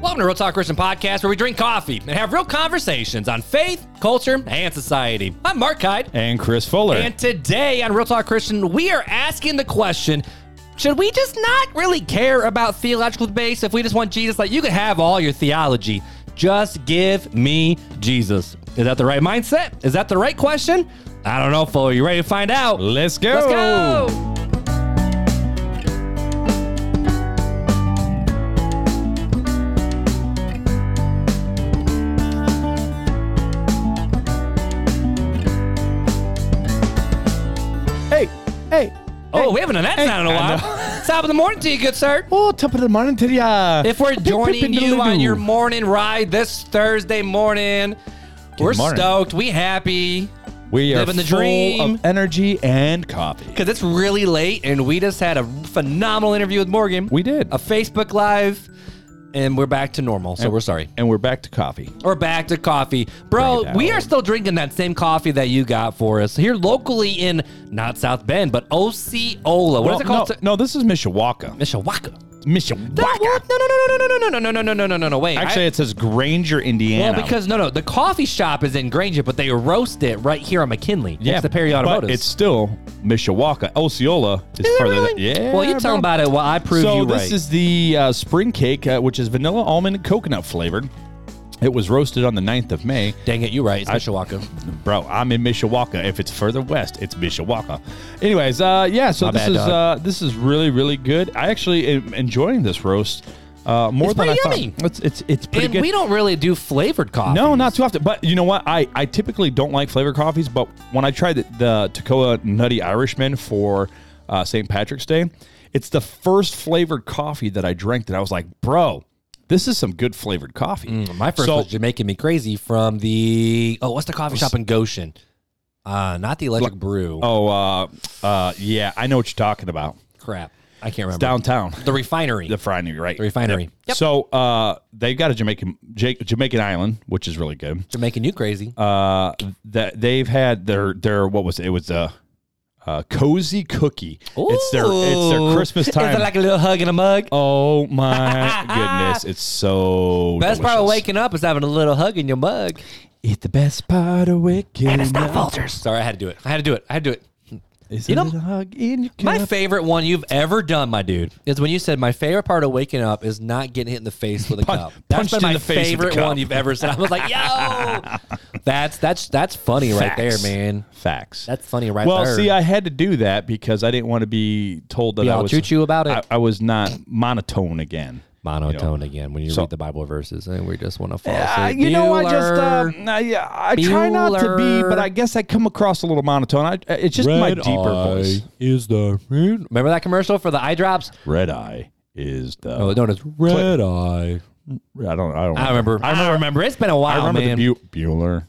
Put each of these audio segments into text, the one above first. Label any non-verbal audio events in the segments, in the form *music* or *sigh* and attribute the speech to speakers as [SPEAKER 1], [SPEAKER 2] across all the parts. [SPEAKER 1] Welcome to Real Talk Christian Podcast, where we drink coffee and have real conversations on faith, culture, and society. I'm Mark Hyde.
[SPEAKER 2] and Chris Fuller.
[SPEAKER 1] And today on Real Talk Christian, we are asking the question should we just not really care about theological debates if we just want Jesus? Like, you can have all your theology. Just give me Jesus. Is that the right mindset? Is that the right question? I don't know, Fuller. You ready to find out?
[SPEAKER 2] Let's go.
[SPEAKER 1] Let's go.
[SPEAKER 2] Hey, hey.
[SPEAKER 1] Oh, we haven't done that sound in a
[SPEAKER 2] I
[SPEAKER 1] while. Top of the morning to you, good sir.
[SPEAKER 2] Oh, top of the uh, morning to ya.
[SPEAKER 1] If we're
[SPEAKER 2] Pip, pip,
[SPEAKER 1] joining
[SPEAKER 2] pip,
[SPEAKER 1] you on
[SPEAKER 2] doodle-doo.
[SPEAKER 1] your morning ride this Thursday morning, we're
[SPEAKER 2] morning.
[SPEAKER 1] stoked. We happy
[SPEAKER 2] we are
[SPEAKER 1] living the
[SPEAKER 2] full
[SPEAKER 1] dream.
[SPEAKER 2] of energy and coffee.
[SPEAKER 1] because it's really late, and we just had a phenomenal interview with Morgan.
[SPEAKER 2] We did,
[SPEAKER 1] a Facebook Live, and we're back to normal. So we're sorry.
[SPEAKER 2] and we're back to coffee.
[SPEAKER 1] We're back to coffee.
[SPEAKER 2] Bring
[SPEAKER 1] Bro,
[SPEAKER 2] it
[SPEAKER 1] we
[SPEAKER 2] down.
[SPEAKER 1] are still drinking that same coffee that you got for us here locally in not South Bend, but Osceola. What is it
[SPEAKER 2] Well,
[SPEAKER 1] called?
[SPEAKER 2] No, no, this is Mishawaka.
[SPEAKER 1] Mishawaka.
[SPEAKER 2] Mishawaka.
[SPEAKER 1] No, what? no, no, no, no, no, no, no, no, no, no, no, no, no. Wait. I-
[SPEAKER 2] Actually, it says Granger, Indiana.
[SPEAKER 1] well, because no, no, the coffee shop is in Granger, but they roast it right here on McKinley.
[SPEAKER 2] yeah,
[SPEAKER 1] next to Perry
[SPEAKER 2] but
[SPEAKER 1] Automotive.
[SPEAKER 2] It's still Mishawaka. Osceola is,
[SPEAKER 1] it
[SPEAKER 2] further.
[SPEAKER 1] really?
[SPEAKER 2] Yeah.
[SPEAKER 1] well, you tell
[SPEAKER 2] bro.
[SPEAKER 1] them about it while I prove
[SPEAKER 2] so
[SPEAKER 1] you
[SPEAKER 2] this
[SPEAKER 1] right.
[SPEAKER 2] is the uh, spring cake, uh, which is vanilla, almond, and coconut flavored. It was roasted on the 9th of May.
[SPEAKER 1] Dang it, you're right. It's Mishawaka.
[SPEAKER 2] Bro, I'm in Mishawaka. If it's further west, it's Mishawaka. Anyways, uh, yeah. So
[SPEAKER 1] My
[SPEAKER 2] this
[SPEAKER 1] bad,
[SPEAKER 2] is
[SPEAKER 1] dog.
[SPEAKER 2] uh, this is really really good. I actually am enjoying this roast uh, more
[SPEAKER 1] It's
[SPEAKER 2] than I
[SPEAKER 1] pretty
[SPEAKER 2] thought.
[SPEAKER 1] yummy.
[SPEAKER 2] It's it's it's pretty
[SPEAKER 1] and
[SPEAKER 2] good.
[SPEAKER 1] we don't really do flavored coffee.
[SPEAKER 2] no, not too often. But you know what? I, I typically don't like flavored coffees, but when I tried the, the Toccoa Nutty Irishman for uh, St. Patrick's Day, it's the first flavored coffee that I drank that I was like, bro, this is some good flavored coffee.
[SPEAKER 1] My first
[SPEAKER 2] So-
[SPEAKER 1] was Jamaican Me Crazy from the oh, what's the coffee shop in Goshen? Uh, not the Electric Brew.
[SPEAKER 2] Oh, uh, uh, yeah, I know what you're talking about.
[SPEAKER 1] crap, I can't remember.
[SPEAKER 2] Downtown. *laughs*
[SPEAKER 1] the refinery.
[SPEAKER 2] The Friday, right?
[SPEAKER 1] the refinery. Yep.
[SPEAKER 2] So uh, they've got a Jamaican Ja- Jamaican island, which is really good.
[SPEAKER 1] Jamaican You Crazy.
[SPEAKER 2] Uh, that they've had their their what was it? It was a, uh cozy cookie. It's their it's
[SPEAKER 1] Ooh.
[SPEAKER 2] their
[SPEAKER 1] *laughs*
[SPEAKER 2] Christmas
[SPEAKER 1] Is
[SPEAKER 2] time.
[SPEAKER 1] it like a little hug in a mug?
[SPEAKER 2] oh
[SPEAKER 1] *laughs*
[SPEAKER 2] my goodness! It's so
[SPEAKER 1] Best part of
[SPEAKER 2] delicious.
[SPEAKER 1] waking up is having a little hug in your mug.
[SPEAKER 2] It's the best part of waking up.
[SPEAKER 1] vultures. Sorry, I had to do it. I had to do it. I had to do it.
[SPEAKER 2] It's
[SPEAKER 1] You
[SPEAKER 2] a
[SPEAKER 1] know,
[SPEAKER 2] little hug in your
[SPEAKER 1] My
[SPEAKER 2] cup.
[SPEAKER 1] favorite one you've ever done, my dude, is when you said my favorite part of waking up is not getting hit in the face with a
[SPEAKER 2] *laughs* Punch-
[SPEAKER 1] cup. That's
[SPEAKER 2] punched
[SPEAKER 1] been
[SPEAKER 2] in
[SPEAKER 1] my
[SPEAKER 2] the face with a
[SPEAKER 1] favorite
[SPEAKER 2] cup.
[SPEAKER 1] one you've ever said. I was like,
[SPEAKER 2] *laughs*
[SPEAKER 1] yo, that's that's that's funny right there,
[SPEAKER 2] Facts.
[SPEAKER 1] man.
[SPEAKER 2] *laughs* Facts.
[SPEAKER 1] That's funny right
[SPEAKER 2] well,
[SPEAKER 1] there.
[SPEAKER 2] see, I had to do that because I didn't want to be told that
[SPEAKER 1] Be
[SPEAKER 2] I
[SPEAKER 1] all
[SPEAKER 2] was
[SPEAKER 1] choo-choo about it.
[SPEAKER 2] I, I was not monotone again.
[SPEAKER 1] monotone again when you
[SPEAKER 2] So-
[SPEAKER 1] read the Bible verses, and we just want to fall
[SPEAKER 2] Uh,
[SPEAKER 1] asleep.
[SPEAKER 2] you know, I just uh,
[SPEAKER 1] Bueller.
[SPEAKER 2] I, yeah, I try not to be,
[SPEAKER 1] Bueller.
[SPEAKER 2] but I guess I come across a little monotone. I, uh, it's just my deeper voice.
[SPEAKER 1] is the remember that commercial for the eye drops?
[SPEAKER 2] Red eye is the.
[SPEAKER 1] Oh, no, it's red eye.
[SPEAKER 2] I don't. I don't.
[SPEAKER 1] I remember. I remember. It's been a
[SPEAKER 2] I
[SPEAKER 1] while,
[SPEAKER 2] remember
[SPEAKER 1] man.
[SPEAKER 2] the Bu- Bueller.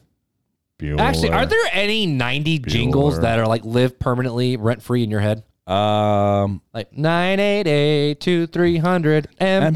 [SPEAKER 2] Bueller.
[SPEAKER 1] Actually, are there any 90 jingles
[SPEAKER 2] Bueller.
[SPEAKER 1] that are like live permanently rent free in your head?
[SPEAKER 2] Um,
[SPEAKER 1] Like 988 2300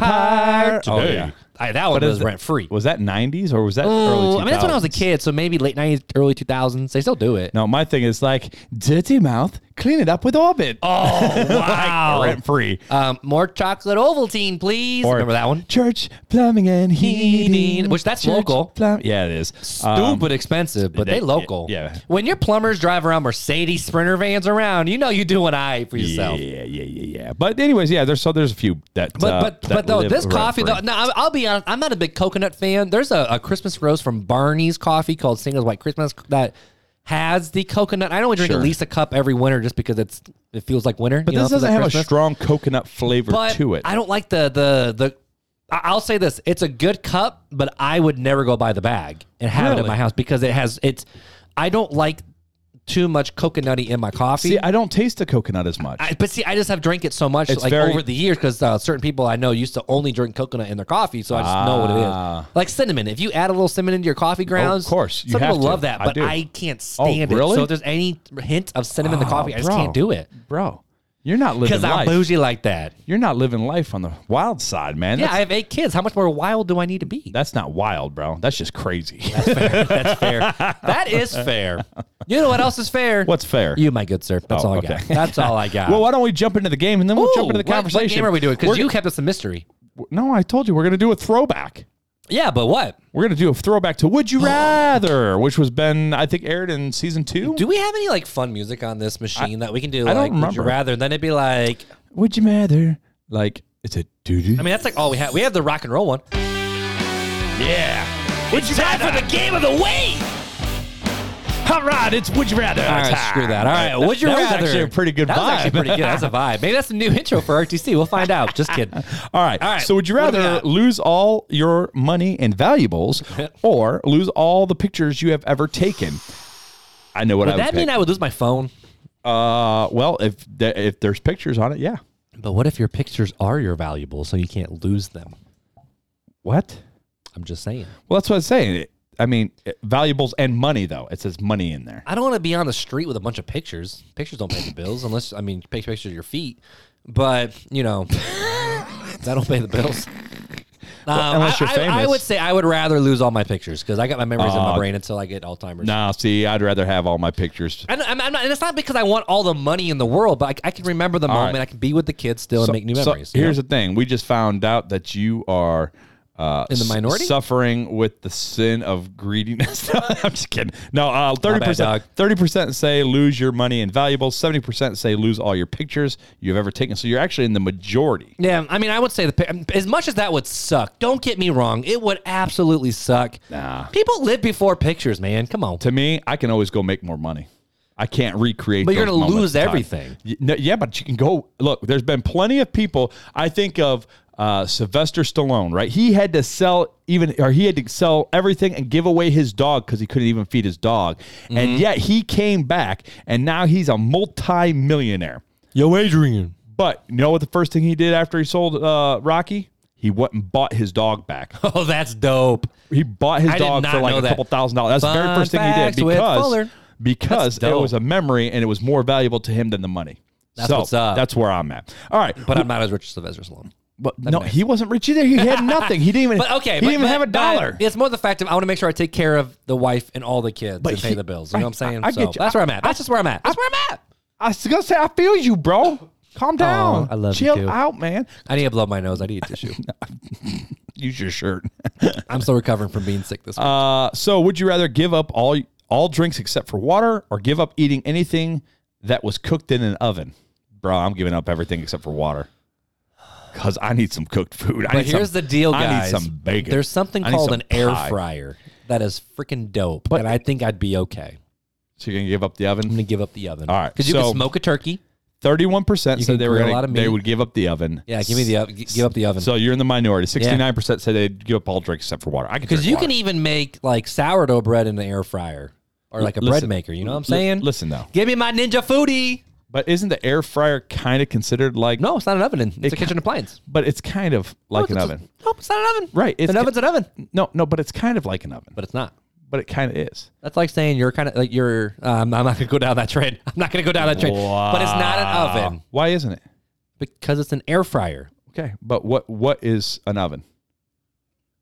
[SPEAKER 1] Empire.
[SPEAKER 2] Oh yeah.
[SPEAKER 1] Aye, that one
[SPEAKER 2] is
[SPEAKER 1] was
[SPEAKER 2] that-
[SPEAKER 1] rent free.
[SPEAKER 2] Was that '90s or was that early?
[SPEAKER 1] Oh,
[SPEAKER 2] 2000s?
[SPEAKER 1] I mean, that's when I was a kid, so maybe late 90s, early 2000s. They still do it.
[SPEAKER 2] No, my thing is like dirty mouth. Clean it up with Orbit. *laughs*
[SPEAKER 1] Oh, wow.
[SPEAKER 2] rent free.
[SPEAKER 1] um, more chocolate Ovaltine, please. Remember that one?
[SPEAKER 2] Church plumbing and heating,
[SPEAKER 1] Which that's
[SPEAKER 2] Church
[SPEAKER 1] local.
[SPEAKER 2] Plum- yeah, it is.
[SPEAKER 1] Stupid expensive, but they,
[SPEAKER 2] Um, they-
[SPEAKER 1] local.
[SPEAKER 2] yeah.
[SPEAKER 1] When your plumbers drive around Mercedes Sprinter vans around, you know you're doing all right for yourself.
[SPEAKER 2] Yeah, yeah, yeah, yeah. But anyways, yeah. There's so there's a few that.
[SPEAKER 1] But
[SPEAKER 2] uh,
[SPEAKER 1] but
[SPEAKER 2] that
[SPEAKER 1] but though
[SPEAKER 2] live
[SPEAKER 1] this coffee though
[SPEAKER 2] rent-free.
[SPEAKER 1] no, I- I'll be honest I'm not a big coconut fan. There's a, a Christmas roast from Barney's Coffee called Singles White Christmas that has the coconut. I only drink
[SPEAKER 2] Sure.
[SPEAKER 1] at least a cup every winter just because it's it feels like winter.
[SPEAKER 2] But
[SPEAKER 1] you know,
[SPEAKER 2] this
[SPEAKER 1] it feels
[SPEAKER 2] doesn't
[SPEAKER 1] like
[SPEAKER 2] have a
[SPEAKER 1] Christmas.
[SPEAKER 2] strong coconut flavor
[SPEAKER 1] but
[SPEAKER 2] to it.
[SPEAKER 1] I don't like the the the. I- I'll say this: it's a good cup, but I would never go buy the bag and have it
[SPEAKER 2] Really?
[SPEAKER 1] in my house because it has it's. I don't like too much coconutty in my coffee.
[SPEAKER 2] See, I don't taste the coconut as much.
[SPEAKER 1] I, but see, I just have drank it so much
[SPEAKER 2] It's
[SPEAKER 1] like
[SPEAKER 2] very-
[SPEAKER 1] over the years because uh, certain people I know used to only drink coconut in their coffee, so I just know what
[SPEAKER 2] Ah.
[SPEAKER 1] it is. Like cinnamon, if you add a little cinnamon into your coffee grounds,
[SPEAKER 2] course, you
[SPEAKER 1] some
[SPEAKER 2] have
[SPEAKER 1] people love
[SPEAKER 2] to.
[SPEAKER 1] that,
[SPEAKER 2] I
[SPEAKER 1] but
[SPEAKER 2] do. Oh,
[SPEAKER 1] I, can't stand
[SPEAKER 2] really? Ah,
[SPEAKER 1] it. So if there's any hint of cinnamon in the coffee, I just
[SPEAKER 2] bro.
[SPEAKER 1] can't do it
[SPEAKER 2] Bro, you're not living
[SPEAKER 1] because I'm
[SPEAKER 2] life.
[SPEAKER 1] bougie like
[SPEAKER 2] *laughs*
[SPEAKER 1] that.
[SPEAKER 2] You're not living life on the wild side, man.
[SPEAKER 1] Yeah,
[SPEAKER 2] that's,
[SPEAKER 1] I have eight kids. How much more wild do I need to
[SPEAKER 2] *laughs*
[SPEAKER 1] be?
[SPEAKER 2] that's not wild, bro. That's just crazy.
[SPEAKER 1] That's fair. that is fair. You know what else is fair?
[SPEAKER 2] *laughs* What's fair?
[SPEAKER 1] you, my good sir? That's
[SPEAKER 2] Oh,
[SPEAKER 1] all I
[SPEAKER 2] okay.
[SPEAKER 1] got. That's all I got.
[SPEAKER 2] *laughs* well, why don't we jump into the game and then we'll
[SPEAKER 1] Ooh,
[SPEAKER 2] jump into the
[SPEAKER 1] what-
[SPEAKER 2] conversation?
[SPEAKER 1] What game are we doing?
[SPEAKER 2] We're-
[SPEAKER 1] Because you kept us a mystery.
[SPEAKER 2] No, I told you we're gonna do a throwback.
[SPEAKER 1] Yeah, but what?
[SPEAKER 2] We're gonna do a throwback to *gasps* "Would You Rather," which was been I think aired in season two.
[SPEAKER 1] Do we have any like fun music on this machine that we can do?
[SPEAKER 2] I don't
[SPEAKER 1] like, would you
[SPEAKER 2] remember.
[SPEAKER 1] rather? And then it'd be like,
[SPEAKER 2] Would you rather? Like it's a doo doo.
[SPEAKER 1] I mean, that's like all we have. We have the rock and roll one.
[SPEAKER 2] yeah. Would you
[SPEAKER 1] Time for the game of the week.
[SPEAKER 2] All right, it's would you rather.
[SPEAKER 1] All right, screw that. All right, would you
[SPEAKER 2] that
[SPEAKER 1] rather?
[SPEAKER 2] Was actually a pretty good
[SPEAKER 1] That was
[SPEAKER 2] vibe.
[SPEAKER 1] actually pretty good. That's a vibe. Maybe that's the new intro for RTC. We'll find out. Just kidding.
[SPEAKER 2] *laughs* All right.
[SPEAKER 1] All right,
[SPEAKER 2] So, would you
[SPEAKER 1] what do we
[SPEAKER 2] rather
[SPEAKER 1] got?
[SPEAKER 2] lose all your money and *laughs* valuables, or lose all the pictures you have ever taken? I know what I
[SPEAKER 1] Would
[SPEAKER 2] would
[SPEAKER 1] that mean I would lose my phone?
[SPEAKER 2] uh, well, if there, if there's pictures on it, yeah.
[SPEAKER 1] But what if your pictures are your valuables, so you can't lose them?
[SPEAKER 2] What?
[SPEAKER 1] I'm just saying.
[SPEAKER 2] Well, that's what I'm saying. It- I mean, it- valuables and money though. It says money in there.
[SPEAKER 1] I don't want to be on the street with a bunch of pictures. Pictures don't pay the bills, unless I mean, pic- pictures of your feet. But you know, that don't pay the
[SPEAKER 2] *laughs*
[SPEAKER 1] bills. Um,
[SPEAKER 2] unless you're
[SPEAKER 1] I, I, I
[SPEAKER 2] famous.
[SPEAKER 1] would say I would rather lose all my pictures because I got my memories in my
[SPEAKER 2] Aw.
[SPEAKER 1] brain until I get Alzheimer's.
[SPEAKER 2] Nah, see, I'd rather have all my pictures.
[SPEAKER 1] And, I'm, I'm not, and it's not because I want all the money in the world, but I, I can remember the moment.
[SPEAKER 2] right.
[SPEAKER 1] I can be with the kids still and make new
[SPEAKER 2] So,
[SPEAKER 1] memories. you know?
[SPEAKER 2] here's the thing: we just found out that you are uh,
[SPEAKER 1] In the
[SPEAKER 2] s-
[SPEAKER 1] minority?
[SPEAKER 2] suffering with the sin of greediness. *laughs* I'm just kidding. No, uh, thirty
[SPEAKER 1] dog.
[SPEAKER 2] percent. Thirty percent say lose your money and valuables. Seventy percent say lose all your pictures you've ever taken. So you're actually in the majority.
[SPEAKER 1] Yeah, I mean, I would say the pic- as much as that would suck. Don't get me wrong; it would absolutely suck.
[SPEAKER 2] Nah.
[SPEAKER 1] people live before pictures, man. Come on,
[SPEAKER 2] To me, I can always go make more money. I can't recreate.
[SPEAKER 1] But you're
[SPEAKER 2] those
[SPEAKER 1] gonna
[SPEAKER 2] moments
[SPEAKER 1] lose
[SPEAKER 2] in time.
[SPEAKER 1] everything.
[SPEAKER 2] Y- no, yeah, but you can go. Look, there's been plenty of people. I think of uh, Sylvester Stallone, right? He had to sell even, or he had to sell everything and give away his dog because he couldn't even feed his dog, and
[SPEAKER 1] Mm-hmm.
[SPEAKER 2] yet he came back, and now he's a multi-millionaire.
[SPEAKER 1] yo, Adrian.
[SPEAKER 2] But you know what? The first thing he did after he sold uh, Rocky, he went and bought his dog back.
[SPEAKER 1] *laughs* Oh, that's dope.
[SPEAKER 2] He bought his
[SPEAKER 1] I did
[SPEAKER 2] dog
[SPEAKER 1] not
[SPEAKER 2] for like
[SPEAKER 1] know
[SPEAKER 2] a
[SPEAKER 1] that.
[SPEAKER 2] couple thousand dollars. That's the
[SPEAKER 1] Fun
[SPEAKER 2] very first thing he did
[SPEAKER 1] facts with
[SPEAKER 2] because
[SPEAKER 1] Fuller.
[SPEAKER 2] because
[SPEAKER 1] That's
[SPEAKER 2] it was
[SPEAKER 1] dope.
[SPEAKER 2] a memory and it was more valuable to him than the money.
[SPEAKER 1] That's
[SPEAKER 2] so
[SPEAKER 1] what's up.
[SPEAKER 2] that's where I'm at. All right,
[SPEAKER 1] But I'm not as rich as Sylvester Stallone.
[SPEAKER 2] but no, he wasn't rich either. He had nothing. He didn't
[SPEAKER 1] *laughs*
[SPEAKER 2] even.
[SPEAKER 1] But okay,
[SPEAKER 2] he
[SPEAKER 1] but,
[SPEAKER 2] didn't even
[SPEAKER 1] but-
[SPEAKER 2] have a
[SPEAKER 1] but
[SPEAKER 2] dollar.
[SPEAKER 1] It's more the fact of I want to make sure I take care of the wife and all the kids
[SPEAKER 2] But
[SPEAKER 1] and pay
[SPEAKER 2] he-
[SPEAKER 1] the bills. You know what I'm saying?
[SPEAKER 2] I- I
[SPEAKER 1] so
[SPEAKER 2] get you.
[SPEAKER 1] That's where I'm at. That's just where I'm at. That's where I'm at. Oh,
[SPEAKER 2] I was gonna say, I feel you, bro. Calm down.
[SPEAKER 1] I love you
[SPEAKER 2] Chill
[SPEAKER 1] too.
[SPEAKER 2] out, man.
[SPEAKER 1] I need to blow my nose. I need a
[SPEAKER 2] *laughs*
[SPEAKER 1] tissue.
[SPEAKER 2] Use your shirt. *laughs*
[SPEAKER 1] I'm still recovering from being sick this week.
[SPEAKER 2] uh, so, would you rather give up all all drinks except for water, or give up eating anything that was cooked in an oven? Bro, I'm giving up everything except for water. Cause I need some cooked food. I
[SPEAKER 1] But
[SPEAKER 2] need some-
[SPEAKER 1] here's the deal,
[SPEAKER 2] I need
[SPEAKER 1] guys.
[SPEAKER 2] some bacon.
[SPEAKER 1] There's something
[SPEAKER 2] I need
[SPEAKER 1] called
[SPEAKER 2] some
[SPEAKER 1] an air
[SPEAKER 2] pie.
[SPEAKER 1] fryer that is freaking dope,
[SPEAKER 2] But-
[SPEAKER 1] and I think I'd be okay.
[SPEAKER 2] So you're gonna give up the
[SPEAKER 1] I'm
[SPEAKER 2] oven?
[SPEAKER 1] gonna give up the oven.
[SPEAKER 2] All right,
[SPEAKER 1] because you
[SPEAKER 2] so-
[SPEAKER 1] can smoke a turkey.
[SPEAKER 2] Thirty-one percent
[SPEAKER 1] can
[SPEAKER 2] said they were
[SPEAKER 1] grill a
[SPEAKER 2] gonna
[SPEAKER 1] lot of meat.
[SPEAKER 2] they would give up the oven.
[SPEAKER 1] Yeah, give me the oven. Give up the oven.
[SPEAKER 2] So you're in the minority. Sixty-nine percent said they'd give up all drinks except for water. I
[SPEAKER 1] Because you can even make like sourdough bread in the air fryer or like a bread
[SPEAKER 2] Listen.
[SPEAKER 1] maker. You know what I'm saying?
[SPEAKER 2] listen though.
[SPEAKER 1] Give me my ninja foodie.
[SPEAKER 2] But isn't the air fryer kind of considered like?
[SPEAKER 1] No, it's not an oven. It's a
[SPEAKER 2] ca-
[SPEAKER 1] kitchen appliance.
[SPEAKER 2] but it's kind of like
[SPEAKER 1] No,
[SPEAKER 2] an
[SPEAKER 1] it's
[SPEAKER 2] oven.
[SPEAKER 1] A, nope, it's not an oven.
[SPEAKER 2] Right, it's
[SPEAKER 1] an
[SPEAKER 2] ca-
[SPEAKER 1] oven's an oven,
[SPEAKER 2] No, no, but it's kind of like an oven.
[SPEAKER 1] but it's not.
[SPEAKER 2] But it kind of is.
[SPEAKER 1] That's like saying you're kind of like you're. Uh, I'm I'm not gonna go down that train. I'm not gonna go down that train. But it's not an
[SPEAKER 2] Wow.
[SPEAKER 1] oven
[SPEAKER 2] Why isn't it?
[SPEAKER 1] because it's an air fryer.
[SPEAKER 2] Okay, but what what is an oven?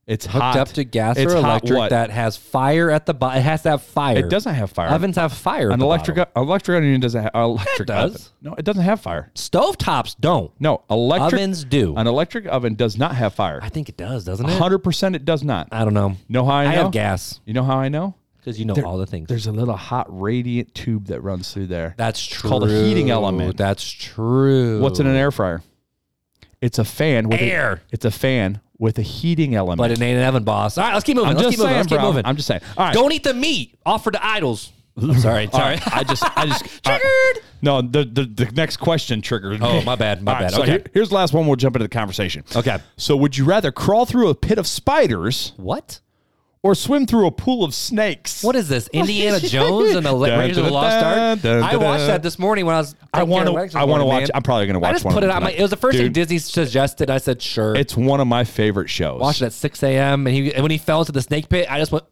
[SPEAKER 2] It's
[SPEAKER 1] hooked
[SPEAKER 2] hot.
[SPEAKER 1] up to gas
[SPEAKER 2] It's
[SPEAKER 1] or
[SPEAKER 2] hot
[SPEAKER 1] electric
[SPEAKER 2] what?
[SPEAKER 1] that has fire at the bottom. It has to have fire.
[SPEAKER 2] It doesn't have fire.
[SPEAKER 1] Ovens have fire. at
[SPEAKER 2] An
[SPEAKER 1] the
[SPEAKER 2] electric
[SPEAKER 1] bottom.
[SPEAKER 2] electric onion doesn't have electric.
[SPEAKER 1] It does.
[SPEAKER 2] Oven. No, it doesn't have fire.
[SPEAKER 1] Stovetops don't.
[SPEAKER 2] No, electric
[SPEAKER 1] Ovens do.
[SPEAKER 2] An electric oven does not have fire.
[SPEAKER 1] I think it does, doesn't it?
[SPEAKER 2] Hundred percent, it does not.
[SPEAKER 1] I don't know.
[SPEAKER 2] You know how I
[SPEAKER 1] I
[SPEAKER 2] know?
[SPEAKER 1] have gas
[SPEAKER 2] You know how I know?
[SPEAKER 1] because you know all the things.
[SPEAKER 2] There's a little hot radiant tube that runs through there.
[SPEAKER 1] That's true.
[SPEAKER 2] called a heating element.
[SPEAKER 1] That's true.
[SPEAKER 2] What's in an air fryer? It's a fan with a-
[SPEAKER 1] Air.
[SPEAKER 2] it's a fan with a heating element.
[SPEAKER 1] But it ain't an oven, boss. All right, let's keep moving.
[SPEAKER 2] I'm
[SPEAKER 1] let's
[SPEAKER 2] just
[SPEAKER 1] keep moving.
[SPEAKER 2] saying,
[SPEAKER 1] Let's keep
[SPEAKER 2] bro.
[SPEAKER 1] moving.
[SPEAKER 2] I'm just saying. All right.
[SPEAKER 1] Don't eat the meat offered to idols. I'm sorry.
[SPEAKER 2] All
[SPEAKER 1] Sorry.
[SPEAKER 2] right. I just,
[SPEAKER 1] *laughs*
[SPEAKER 2] I just all right.
[SPEAKER 1] Triggered.
[SPEAKER 2] No, the, the the next question triggered.
[SPEAKER 1] Oh,
[SPEAKER 2] me.
[SPEAKER 1] my bad, my
[SPEAKER 2] All
[SPEAKER 1] bad.
[SPEAKER 2] So
[SPEAKER 1] Okay.
[SPEAKER 2] here- here's the last one. We'll jump into the conversation.
[SPEAKER 1] Okay.
[SPEAKER 2] So, would you rather crawl through a pit of spiders
[SPEAKER 1] What?
[SPEAKER 2] or swim through a pool of snakes?
[SPEAKER 1] What is *laughs* this? Indiana Jones and the Le-
[SPEAKER 2] Dun,
[SPEAKER 1] Raiders of the
[SPEAKER 2] dun,
[SPEAKER 1] Lost
[SPEAKER 2] dun,
[SPEAKER 1] Ark?
[SPEAKER 2] dun,
[SPEAKER 1] I
[SPEAKER 2] dun,
[SPEAKER 1] watched
[SPEAKER 2] dun.
[SPEAKER 1] that this morning when I was.
[SPEAKER 2] I
[SPEAKER 1] taking care
[SPEAKER 2] want
[SPEAKER 1] of
[SPEAKER 2] to.
[SPEAKER 1] Lex this
[SPEAKER 2] I want to
[SPEAKER 1] morning,
[SPEAKER 2] watch.
[SPEAKER 1] man.
[SPEAKER 2] I'm probably going to watch.
[SPEAKER 1] I just
[SPEAKER 2] one
[SPEAKER 1] put it
[SPEAKER 2] of them
[SPEAKER 1] on my.
[SPEAKER 2] tonight.
[SPEAKER 1] It was the first thing
[SPEAKER 2] Dude,
[SPEAKER 1] Disney suggested. I said sure.
[SPEAKER 2] It's one of my favorite shows.
[SPEAKER 1] watched it at 6 a.m. and he and when he fell into the snake pit, I just went.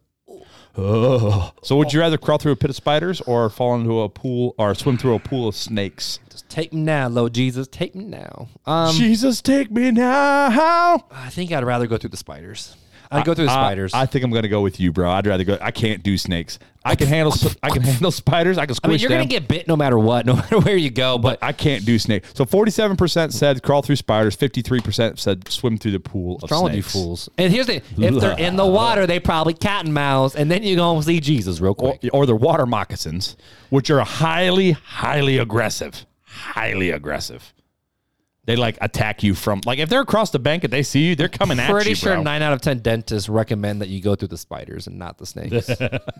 [SPEAKER 2] So, would you rather crawl through a pit of spiders or fall into a pool or swim through a pool of snakes?
[SPEAKER 1] Just take me now, Lord Jesus. Take me now. Um,
[SPEAKER 2] Jesus, take me now.
[SPEAKER 1] I think I'd rather go through the spiders. I go through the
[SPEAKER 2] I-
[SPEAKER 1] spiders.
[SPEAKER 2] I, think I'm gonna go with you, bro. I'd rather go. I can't do snakes. I can handle. s- I can handle spiders. I can
[SPEAKER 1] I mean,
[SPEAKER 2] squish
[SPEAKER 1] you're
[SPEAKER 2] them.
[SPEAKER 1] gonna get bit no matter what, *laughs* no matter where you go. But
[SPEAKER 2] I can't do snakes. So 47% said crawl through spiders. 53% said swim through the pool of
[SPEAKER 1] wrong with you
[SPEAKER 2] snakes.
[SPEAKER 1] fools. And here's the if they're in
[SPEAKER 2] *laughs*
[SPEAKER 1] the water, they probably cat and mouse, and then you gonna see Jesus real quick.
[SPEAKER 2] Or, or the water moccasins, which are highly, highly aggressive. Highly aggressive. They like attack you from like if they're across the bank and they see you, they're coming at you.
[SPEAKER 1] Pretty sure
[SPEAKER 2] bro.
[SPEAKER 1] nine out of ten dentists recommend that you go through the spiders and not the
[SPEAKER 2] *laughs*
[SPEAKER 1] snakes.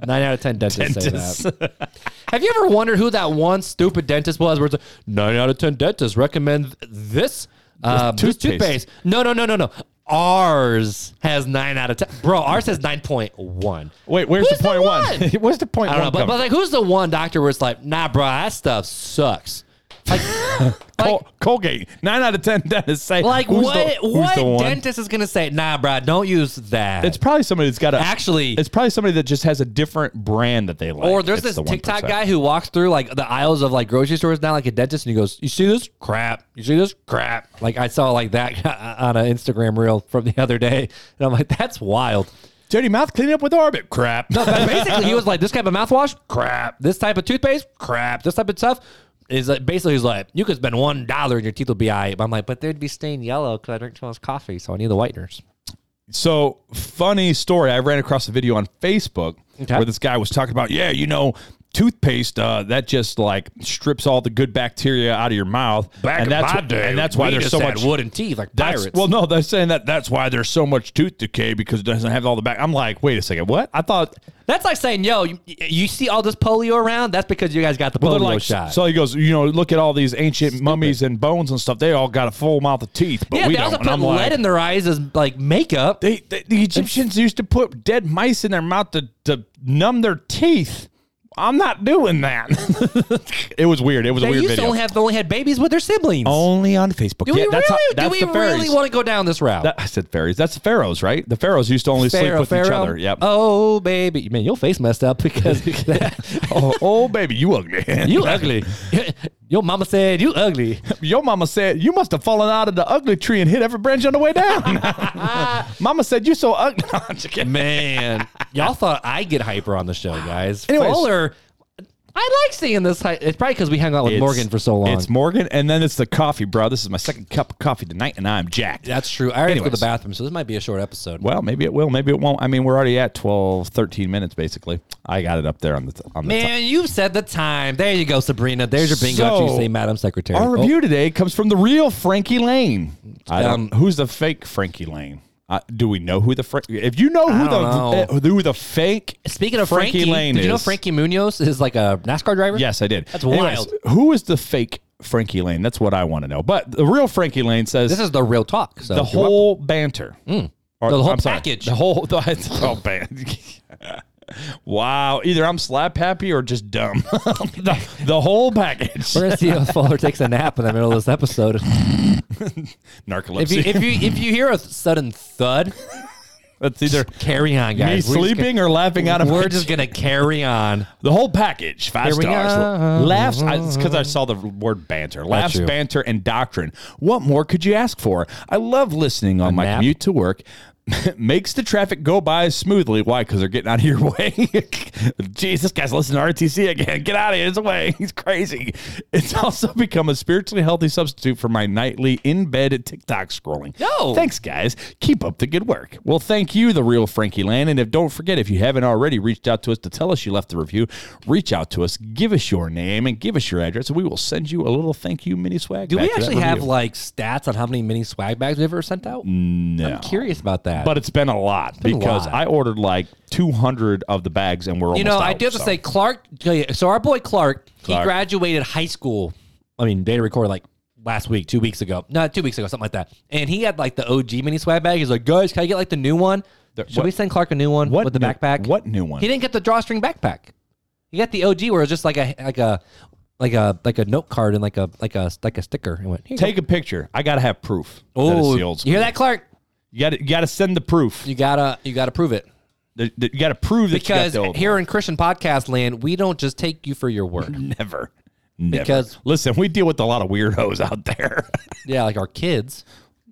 [SPEAKER 1] nine out of ten dentists, say that. Have you ever wondered who that one stupid dentist was? Where it's like, nine out of ten dentists recommend this, uh, this
[SPEAKER 2] Toothpaste.
[SPEAKER 1] toothpaste. No, no, no, no, no. Ours has nine out of ten. Bro, ours has nine point one.
[SPEAKER 2] Wait, where's
[SPEAKER 1] Who's
[SPEAKER 2] the point
[SPEAKER 1] the
[SPEAKER 2] one?
[SPEAKER 1] one?
[SPEAKER 2] *laughs* where's the
[SPEAKER 1] I
[SPEAKER 2] point
[SPEAKER 1] don't know,
[SPEAKER 2] one?
[SPEAKER 1] but,
[SPEAKER 2] coming?
[SPEAKER 1] but like, who's the one doctor where it's like, nah, bro, that stuff sucks.
[SPEAKER 2] *laughs*
[SPEAKER 1] Like, like,
[SPEAKER 2] Col- Colgate, nine out of ten dentists say.
[SPEAKER 1] like
[SPEAKER 2] who's
[SPEAKER 1] what?
[SPEAKER 2] The, who's
[SPEAKER 1] what
[SPEAKER 2] the one?
[SPEAKER 1] dentist is gonna say, nah, bro, don't use that?
[SPEAKER 2] It's probably somebody that's got a.
[SPEAKER 1] Actually-
[SPEAKER 2] it's probably somebody that just has a different brand that they like.
[SPEAKER 1] Or there's
[SPEAKER 2] It's
[SPEAKER 1] this
[SPEAKER 2] the 1%.
[SPEAKER 1] TikTok guy who walks through like the aisles of like grocery stores now, like a dentist, and he goes, "You see this crap? You see this crap?" Like I saw like that *laughs* on an Instagram reel from the other day, and I'm like, "That's wild."
[SPEAKER 2] Dirty mouth, clean up with Orbit. Crap.
[SPEAKER 1] No, but basically, he was like, "This type of mouthwash, crap. This type of toothpaste, crap. This type of stuff." Is like basically he's like you could spend one dollar and your teeth will be alright. But I'm like, but they'd be stained yellow because I drink too much coffee, so I need the whiteners.
[SPEAKER 2] So funny story. I ran across a video on Facebook
[SPEAKER 1] Okay.
[SPEAKER 2] where this guy was talking about, yeah, you know, toothpaste uh, that just like strips all the good bacteria out of your mouth. and that's wh- and that's why there's so much
[SPEAKER 1] wooden teeth, like
[SPEAKER 2] that's-
[SPEAKER 1] pirates.
[SPEAKER 2] Well, no, they're saying that that's why there's so much tooth decay because it doesn't have all the back. I'm like, wait a second, what? I thought
[SPEAKER 1] That's like saying, yo, you, you see all this polio around? That's because you guys got the
[SPEAKER 2] Well,
[SPEAKER 1] polio
[SPEAKER 2] they're like,
[SPEAKER 1] shot.
[SPEAKER 2] So he goes, you know, look at all these ancient mummies and bones and stuff. They all got a full mouth of teeth, but
[SPEAKER 1] yeah,
[SPEAKER 2] we
[SPEAKER 1] they also
[SPEAKER 2] don't.
[SPEAKER 1] put
[SPEAKER 2] And
[SPEAKER 1] lead
[SPEAKER 2] I'm like,
[SPEAKER 1] in their eyes as like makeup.
[SPEAKER 2] they, they, the Egyptians used to put dead mice in their mouth to, to numb their teeth. I'm not doing that. *laughs* it was weird. It was a
[SPEAKER 1] They
[SPEAKER 2] weird
[SPEAKER 1] used
[SPEAKER 2] video. Oh,
[SPEAKER 1] to only have they only had babies with their siblings.
[SPEAKER 2] Only on Facebook.
[SPEAKER 1] do we really, do we really want to go down this route?
[SPEAKER 2] I said fairies. That's the pharaohs, right? The pharaohs used to only sleep with each other. Yep.
[SPEAKER 1] Oh baby, man, your face messed up
[SPEAKER 2] *laughs*
[SPEAKER 1] because
[SPEAKER 2] oh, oh, baby, you ugly. *laughs*
[SPEAKER 1] you ugly. *laughs* Your mama said you ugly.
[SPEAKER 2] Your mama said you must have fallen out of the ugly tree and hit every branch on the way down. mama said you so ugly. *laughs* No, I'm just kidding.
[SPEAKER 1] Man, y'all thought I get hyper on the show, guys.
[SPEAKER 2] Anyways.
[SPEAKER 1] Fuller, I like seeing this. hy- It's probably because we hung out with
[SPEAKER 2] It's-
[SPEAKER 1] Morgan for so long.
[SPEAKER 2] It's Morgan, and then it's the coffee, bro. This is my second cup of coffee tonight, and I'm jacked.
[SPEAKER 1] That's true. I already went to the
[SPEAKER 2] Anyways.
[SPEAKER 1] bathroom, so this might be a short episode.
[SPEAKER 2] Well, maybe it will, maybe it won't. I mean, we're already at 12, 13 minutes, basically. I got it up there on the t- on the top.
[SPEAKER 1] Man, you said the time. There you go, Sabrina. There's your bingo.
[SPEAKER 2] So,
[SPEAKER 1] after you say, Madam Secretary.
[SPEAKER 2] Our
[SPEAKER 1] Oh,
[SPEAKER 2] review today comes from the real Frankie Lane. I
[SPEAKER 1] Um,
[SPEAKER 2] don't, who's the fake Frankie Lane? Uh, do we know who the Frank? If you know who the
[SPEAKER 1] don't
[SPEAKER 2] eh, who the fake
[SPEAKER 1] Speaking of Frankie,
[SPEAKER 2] Lane
[SPEAKER 1] did you know
[SPEAKER 2] is-
[SPEAKER 1] Frankie Munoz is like a NASCAR driver?
[SPEAKER 2] Yes, I did.
[SPEAKER 1] That's wild.
[SPEAKER 2] Who is the fake Frankie Lane? That's what I want to know. But the real Frankie Lane says
[SPEAKER 1] This is the real talk. So
[SPEAKER 2] the
[SPEAKER 1] you're welcome.
[SPEAKER 2] whole banter. Or,
[SPEAKER 1] The whole
[SPEAKER 2] I'm sorry,
[SPEAKER 1] package.
[SPEAKER 2] The whole
[SPEAKER 1] *laughs*
[SPEAKER 2] the, the whole band. *laughs* wow. Either I'm slap happy or just dumb. *laughs* the, the whole package.
[SPEAKER 1] We're gonna
[SPEAKER 2] *laughs*
[SPEAKER 1] see if Fuller E takes a nap in the middle of this episode.
[SPEAKER 2] Narcolepsy.
[SPEAKER 1] If you if you if you hear a sudden thud,
[SPEAKER 2] *laughs* That's either
[SPEAKER 1] carry on,
[SPEAKER 2] me
[SPEAKER 1] guys. We're just
[SPEAKER 2] sleeping or laughing out
[SPEAKER 1] gonna-
[SPEAKER 2] of my *laughs*
[SPEAKER 1] We're just gonna carry on.
[SPEAKER 2] The whole package, five
[SPEAKER 1] Here we
[SPEAKER 2] stars.
[SPEAKER 1] go. Mm-hmm.
[SPEAKER 2] Laughs, I, it's because I saw the word banter. Laughs,
[SPEAKER 1] you.
[SPEAKER 2] banter, and doctrine. What more could you ask for? I love listening on my
[SPEAKER 1] nap?
[SPEAKER 2] commute to work. *laughs* Makes the traffic go by smoothly. Why? Because they're getting out of your *laughs* way. Jeez, this guy's listening to RTC again. Get out of his *laughs* way. He's crazy. It's also become a spiritually healthy substitute for my nightly in bed TikTok scrolling.
[SPEAKER 1] No.
[SPEAKER 2] Thanks. Thanks, guys. Keep up the good work. Well, thank you, the real Frankie Land. And if don't forget, if you haven't already reached out to us to tell us you left the review, reach out to us, give us your name, and give us your address, and we will send you a little thank you mini swag.
[SPEAKER 1] Do we actually have like stats on how many mini swag bags we've ever sent out?
[SPEAKER 2] no?
[SPEAKER 1] I'm curious about that.
[SPEAKER 2] but it's been a lot
[SPEAKER 1] a
[SPEAKER 2] because
[SPEAKER 1] lot.
[SPEAKER 2] I ordered like 200 of the bags, and we're
[SPEAKER 1] You
[SPEAKER 2] almost
[SPEAKER 1] know, I
[SPEAKER 2] out,
[SPEAKER 1] do have to
[SPEAKER 2] so.
[SPEAKER 1] say, Clark. So our boy Clark, he
[SPEAKER 2] Clark.
[SPEAKER 1] graduated high school. I mean, data record like last week, two weeks ago, no, two weeks ago, something like that. And he had like the OG mini swag bag. He's like, guys, can I get like the new one? Should
[SPEAKER 2] what-
[SPEAKER 1] we send Clark a new one
[SPEAKER 2] What
[SPEAKER 1] with the
[SPEAKER 2] new-
[SPEAKER 1] backpack?
[SPEAKER 2] what new one?
[SPEAKER 1] He didn't get the drawstring backpack. He got the OG where it was just like a like a like a like a note card and like a like a like a sticker. And went, Here you
[SPEAKER 2] Take a picture. I gotta have proof.
[SPEAKER 1] go.
[SPEAKER 2] that it's
[SPEAKER 1] Ooh,
[SPEAKER 2] the old
[SPEAKER 1] you hear that, Clark?
[SPEAKER 2] You gotta, you gotta send the proof.
[SPEAKER 1] You gotta you gotta prove it.
[SPEAKER 2] You, you gotta prove that
[SPEAKER 1] Because
[SPEAKER 2] you got the old
[SPEAKER 1] here in Christian podcast land, we don't just take you for your word.
[SPEAKER 2] one. never, never.
[SPEAKER 1] Because-
[SPEAKER 2] listen, we deal with a lot of weirdos out there.
[SPEAKER 1] yeah, like our kids.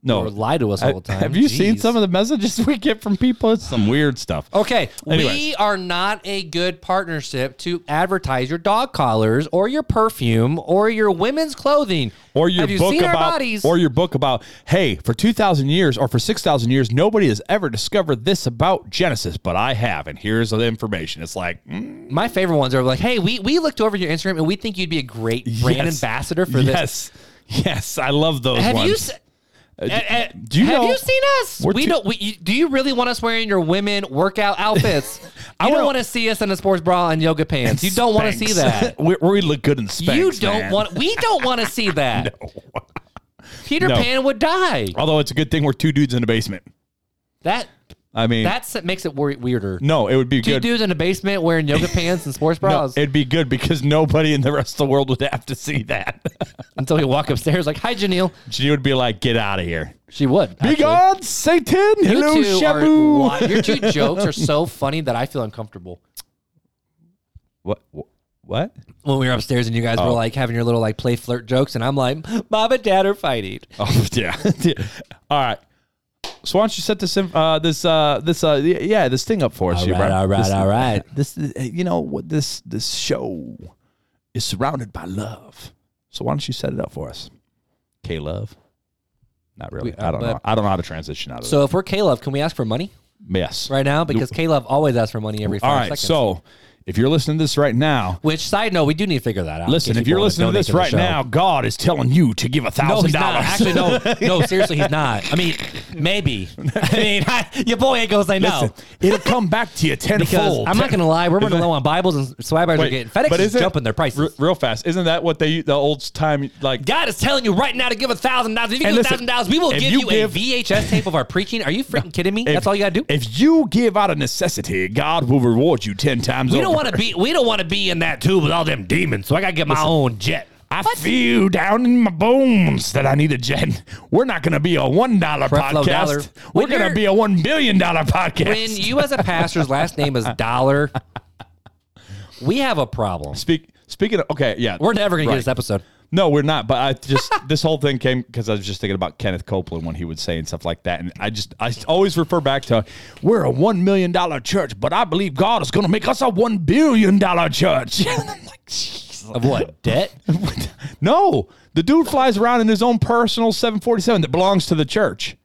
[SPEAKER 2] No.
[SPEAKER 1] or lie to us *laughs* all the time.
[SPEAKER 2] Have you seen
[SPEAKER 1] Jeez. Oh,
[SPEAKER 2] some of the messages *laughs* we get from people? It's some weird stuff.
[SPEAKER 1] Okay, we
[SPEAKER 2] Anyways.
[SPEAKER 1] are not a good partnership to advertise your dog collars or your perfume or your women's clothing
[SPEAKER 2] Or your
[SPEAKER 1] Have you
[SPEAKER 2] book
[SPEAKER 1] seen
[SPEAKER 2] about
[SPEAKER 1] our bodies?
[SPEAKER 2] or your book about hey, for 2000 years or for 6000 years nobody has ever discovered this about Genesis, but I have and here's the information. It's like mm,
[SPEAKER 1] My favorite ones are like, hey, we, we looked over your Instagram and we think you'd be a great brand
[SPEAKER 2] yes.
[SPEAKER 1] ambassador for this.
[SPEAKER 2] yes. Yes, I love those
[SPEAKER 1] Have
[SPEAKER 2] ones. Uh,
[SPEAKER 1] you se- eh, eh,
[SPEAKER 2] do you
[SPEAKER 1] have
[SPEAKER 2] know-
[SPEAKER 1] you
[SPEAKER 2] *laughs*
[SPEAKER 1] seen us?
[SPEAKER 2] We're
[SPEAKER 1] We
[SPEAKER 2] too-
[SPEAKER 1] don't. We, you, do you really want us wearing your women workout outfits? I
[SPEAKER 2] *laughs* I
[SPEAKER 1] don't
[SPEAKER 2] wanna-
[SPEAKER 1] want to see us in a sports bra and yoga pants. you don't want to see
[SPEAKER 2] Spanx.
[SPEAKER 1] that.
[SPEAKER 2] *laughs* we, we look good in Spanx,
[SPEAKER 1] you don't
[SPEAKER 2] man.
[SPEAKER 1] want. We don't want to
[SPEAKER 2] *laughs*
[SPEAKER 1] see that. Peter
[SPEAKER 2] No.
[SPEAKER 1] Pan would die.
[SPEAKER 2] Although it's a good thing we're two dudes in the basement.
[SPEAKER 1] That
[SPEAKER 2] I mean,
[SPEAKER 1] that's that makes it wor- weirder.
[SPEAKER 2] no, it would be
[SPEAKER 1] Two
[SPEAKER 2] good.
[SPEAKER 1] dudes in a basement wearing
[SPEAKER 2] *laughs*
[SPEAKER 1] yoga pants and sports
[SPEAKER 2] No,
[SPEAKER 1] bras
[SPEAKER 2] it'd be good because nobody in the rest of the world would have to see that. *laughs*
[SPEAKER 1] until you walk upstairs like, "Hi, Janelle."
[SPEAKER 2] She would be like, "Get out of here,
[SPEAKER 1] She would.
[SPEAKER 2] be
[SPEAKER 1] actually.
[SPEAKER 2] gone, Satan!
[SPEAKER 1] You
[SPEAKER 2] Hello,
[SPEAKER 1] two are
[SPEAKER 2] Shabu." *laughs*
[SPEAKER 1] li- Your two jokes are so funny that I feel uncomfortable.
[SPEAKER 2] What? wh- What?
[SPEAKER 1] when we were upstairs and you guys were
[SPEAKER 2] Oh.
[SPEAKER 1] like having your little like play flirt jokes, and I'm like, mom and dad are fighting.
[SPEAKER 2] Oh *laughs* yeah. Yeah. All right. So why don't you set this in, uh, this uh, this uh, y- yeah this thing up for us?
[SPEAKER 1] All
[SPEAKER 2] you
[SPEAKER 1] right, all right,
[SPEAKER 2] this,
[SPEAKER 1] all right.
[SPEAKER 2] *laughs* This uh, you know what this this show is surrounded by love. So why don't you set it up for us, K Love? Not really.
[SPEAKER 1] We-
[SPEAKER 2] I don't
[SPEAKER 1] uh,
[SPEAKER 2] know. I don't know how to transition out of
[SPEAKER 1] So if we're Caleb, can we ask for money
[SPEAKER 2] it. Yes.
[SPEAKER 1] right now? Because Caleb always asks for money every five
[SPEAKER 2] All right.
[SPEAKER 1] seconds.
[SPEAKER 2] So if you're listening to this right now,
[SPEAKER 1] Which side note, we do need to figure that out.
[SPEAKER 2] listen.
[SPEAKER 1] Get
[SPEAKER 2] If you're
[SPEAKER 1] people
[SPEAKER 2] listening to
[SPEAKER 1] donate
[SPEAKER 2] this
[SPEAKER 1] the
[SPEAKER 2] right
[SPEAKER 1] show.
[SPEAKER 2] now, God is telling you to give a
[SPEAKER 1] No,
[SPEAKER 2] thousand
[SPEAKER 1] he's not.
[SPEAKER 2] dollars.
[SPEAKER 1] Actually, no,
[SPEAKER 2] *laughs*
[SPEAKER 1] no. Seriously, he's not. I mean, maybe. I mean, your boy ain't gonna say
[SPEAKER 2] *laughs*
[SPEAKER 1] no
[SPEAKER 2] It'll come back to you tenfold.
[SPEAKER 1] *laughs* because I'm not gonna lie, we're running low on Bibles and swag bags are
[SPEAKER 2] Wait,
[SPEAKER 1] getting FedEx
[SPEAKER 2] but
[SPEAKER 1] is
[SPEAKER 2] isn't-
[SPEAKER 1] jumping their prices.
[SPEAKER 2] R- real fast. Isn't that what they the old time like?
[SPEAKER 1] God is telling you right now to give a thousand dollars. If you
[SPEAKER 2] And
[SPEAKER 1] give a thousand
[SPEAKER 2] listen,
[SPEAKER 1] dollars, we will
[SPEAKER 2] if
[SPEAKER 1] give you,
[SPEAKER 2] you give-
[SPEAKER 1] a VHS tape of our preaching. Are you
[SPEAKER 2] *laughs*
[SPEAKER 1] freaking kidding me? That's all you gotta do.
[SPEAKER 2] If you give out of necessity, God will reward you ten times.
[SPEAKER 1] We don't
[SPEAKER 2] over.
[SPEAKER 1] want to be. We don't want to be in that tube with all them demons. So I gotta get my own jet.
[SPEAKER 2] I feel down in my bones that I need a jet. We're not going to be a one dollar
[SPEAKER 1] Creflo
[SPEAKER 2] podcast.
[SPEAKER 1] Dollar.
[SPEAKER 2] We're
[SPEAKER 1] When
[SPEAKER 2] going
[SPEAKER 1] you're-
[SPEAKER 2] to be a one billion dollar podcast.
[SPEAKER 1] When you, as a pastor's last name is Dollar, we have a problem.
[SPEAKER 2] Speak. Speaking of okay, yeah,
[SPEAKER 1] We're never gonna
[SPEAKER 2] right.
[SPEAKER 1] get this episode.
[SPEAKER 2] No, we're not. But I just *laughs* this whole thing came because I was just thinking about Kenneth Copeland when he would say and stuff like that, and I just I always refer back to we're a one million dollar church, but I believe God is going to make us a one billion dollar church. *laughs* And I'm like, "Jeez."
[SPEAKER 1] Of what debt?
[SPEAKER 2] What? no, the dude flies around in his own personal 747 that belongs to the church.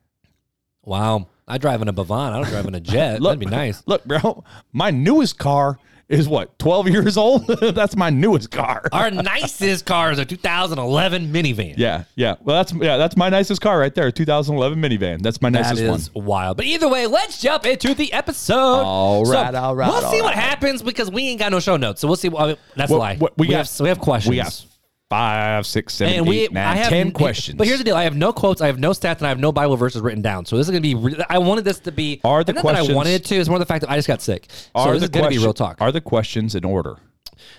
[SPEAKER 1] Wow. I drive in a Bavon. I don't drive in a
[SPEAKER 2] *laughs*
[SPEAKER 1] jet. That'd be nice.
[SPEAKER 2] Look, bro, my newest car is what 12 years old. *laughs* That's my newest car.
[SPEAKER 1] Our nicest car is a 2011 minivan.
[SPEAKER 2] Yeah, yeah. Well, that's yeah, that's my nicest car right there, 2011 minivan. That's my
[SPEAKER 1] That
[SPEAKER 2] nicest one.
[SPEAKER 1] is wild. But either way, let's jump into the episode. All
[SPEAKER 2] All right, all right,
[SPEAKER 1] We'll
[SPEAKER 2] all
[SPEAKER 1] see what
[SPEAKER 2] right.
[SPEAKER 1] happens because we ain't got no show notes. So we'll see. What, I mean, that's a
[SPEAKER 2] Well,
[SPEAKER 1] lie.
[SPEAKER 2] what- we got-
[SPEAKER 1] have, so we have questions.
[SPEAKER 2] We got five, six, seven,
[SPEAKER 1] and we,
[SPEAKER 2] eight, nine,
[SPEAKER 1] I have
[SPEAKER 2] ten questions.
[SPEAKER 1] But here's the deal: I have no quotes, I have no stats, and I have no Bible verses written down. So this is going to be. Re- I wanted this to be.
[SPEAKER 2] Are the
[SPEAKER 1] not That I
[SPEAKER 2] questions-
[SPEAKER 1] wanted it to. It's more the fact that I just got sick. so this is going to be
[SPEAKER 2] question-
[SPEAKER 1] real talk.
[SPEAKER 2] Are the questions in order?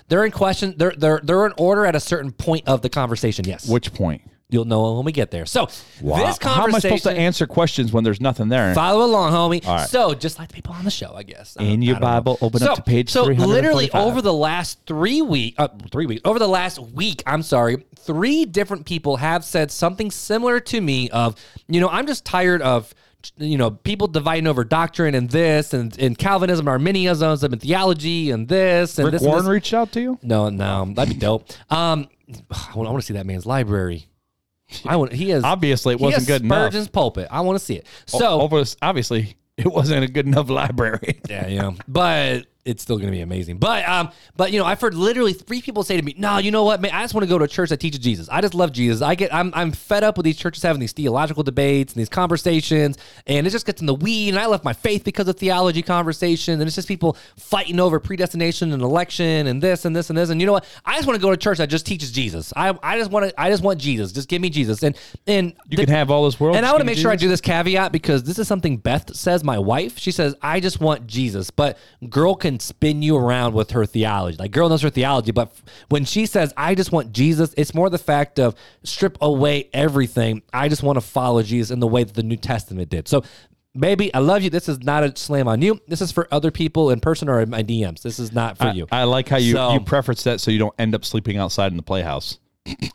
[SPEAKER 1] they're in question. They're they're they're in order at a certain point of the conversation. Yes,
[SPEAKER 2] Which point?
[SPEAKER 1] you'll know when we get there. So this conversation.
[SPEAKER 2] How am I supposed to answer questions when there's nothing there?
[SPEAKER 1] Follow along, homie.
[SPEAKER 2] All right.
[SPEAKER 1] So, just like the people on the show, I guess. I
[SPEAKER 2] In
[SPEAKER 1] don't-
[SPEAKER 2] your
[SPEAKER 1] I don't know.
[SPEAKER 2] Bible, open up to page
[SPEAKER 1] So, literally
[SPEAKER 2] 345.
[SPEAKER 1] over the last three week, uh, three weeks, over the last week, I'm sorry, three different people have said something similar to me. Of you know, I'm just tired of you know people dividing over doctrine and this and, and Calvinism, Arminianism, and theology and this and
[SPEAKER 2] Rick
[SPEAKER 1] this. and
[SPEAKER 2] Warren
[SPEAKER 1] this.
[SPEAKER 2] reached out to you?
[SPEAKER 1] No, no, that'd be dope. Um, *sighs* I want to see that man's library. I want. He has
[SPEAKER 2] Obviously, it
[SPEAKER 1] he has
[SPEAKER 2] wasn't good enough. Oh,
[SPEAKER 1] Spurgeon's pulpit. I want to see it. So
[SPEAKER 2] Over, obviously, it wasn't a good enough library. *laughs*
[SPEAKER 1] Yeah, yeah. But it's still gonna be amazing. But um, but you know, I've heard literally three people say to me, "No, you know what, man? I just want to go to a church that teaches Jesus. I just love Jesus. I get, I'm, I'm fed up with these churches having these theological debates and these conversations, and it just gets in the weed. And I left my faith because of theology conversation, and it's just people fighting over predestination and election and this and this and this. And you know what? I just want to go to a church that just teaches Jesus. I, I just want to, I just want Jesus. Just give me Jesus. And and
[SPEAKER 2] You can have all this world.
[SPEAKER 1] and I
[SPEAKER 2] just
[SPEAKER 1] want to
[SPEAKER 2] give
[SPEAKER 1] make
[SPEAKER 2] me
[SPEAKER 1] sure I
[SPEAKER 2] Jesus.
[SPEAKER 1] do this caveat because this is something Beth says, my wife. She says, I just want Jesus. But girl can spin you around with her theology. Like, girl knows her theology. But f- when she says, I just want Jesus, it's more the fact of strip away everything. I just want to follow Jesus in the way that the New Testament did. So, baby, I love you. This is not a slam on you. This is for other people in person or in my DMs. This is not for you.
[SPEAKER 2] I like how you,
[SPEAKER 1] So-
[SPEAKER 2] you preference that so you don't end up sleeping outside in the playhouse.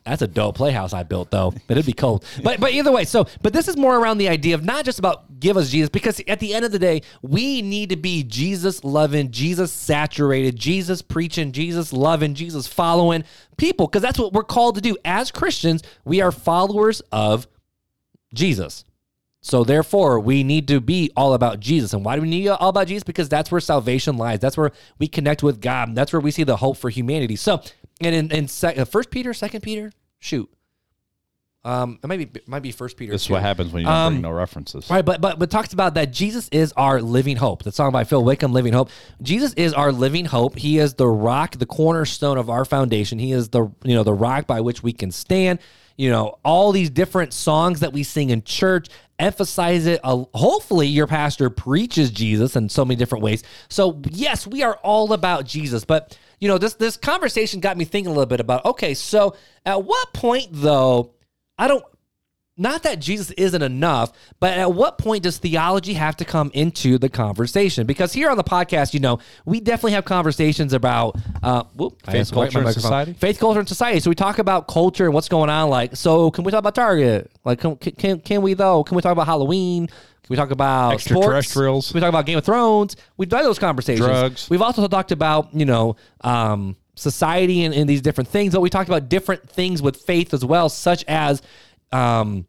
[SPEAKER 1] That's a dope playhouse I built though. But it'd be cold. But but either way, so but this is more around the idea of not just about give us Jesus, because at the end of the day, we need to be Jesus loving, Jesus saturated, Jesus preaching, Jesus loving, Jesus following people, because that's what we're called to do. As Christians, we are followers of Jesus. So therefore, we need to be all about Jesus. And why do we need to be all about Jesus? Because that's where salvation lies. That's where we connect with God. And that's where we see the hope for humanity. So, and in, in sec- uh, First Peter, Second Peter, shoot, um, it might be it might be First Peter.
[SPEAKER 2] This is
[SPEAKER 1] too.
[SPEAKER 2] what happens when you don't
[SPEAKER 1] Um,
[SPEAKER 2] bring no references.
[SPEAKER 1] Right, but but but talks about that Jesus is our living hope. The song by Phil Wickham, Living Hope. Jesus is our living hope. He is the rock, the cornerstone of our foundation. He is the you know the rock by which we can stand. You know all these different songs that we sing in church emphasize it. Uh, hopefully, your pastor preaches Jesus in so many different ways. So yes, we are all about Jesus. But you know this this conversation got me thinking a little bit about okay, so at what point though? I don't not that Jesus isn't enough, but at what point does theology have to come into the conversation? Because here on the podcast, you know, we definitely have conversations about uh, whoop, I accidentally
[SPEAKER 2] Faith,
[SPEAKER 1] whacked my
[SPEAKER 2] culture, and
[SPEAKER 1] microphone.
[SPEAKER 2] society?
[SPEAKER 1] Faith, culture, and society. So we talk about culture and what's going on. Like, so can we talk about Target? Like, can can, can we though? Can we talk about Halloween? Can we talk about sports?
[SPEAKER 2] Extraterrestrials.
[SPEAKER 1] Can we talk about Game of Thrones? We've done those conversations.
[SPEAKER 2] Drugs.
[SPEAKER 1] We've also talked about, you know, um, society and, and these different things, but we talked about different things with faith as well, such as um,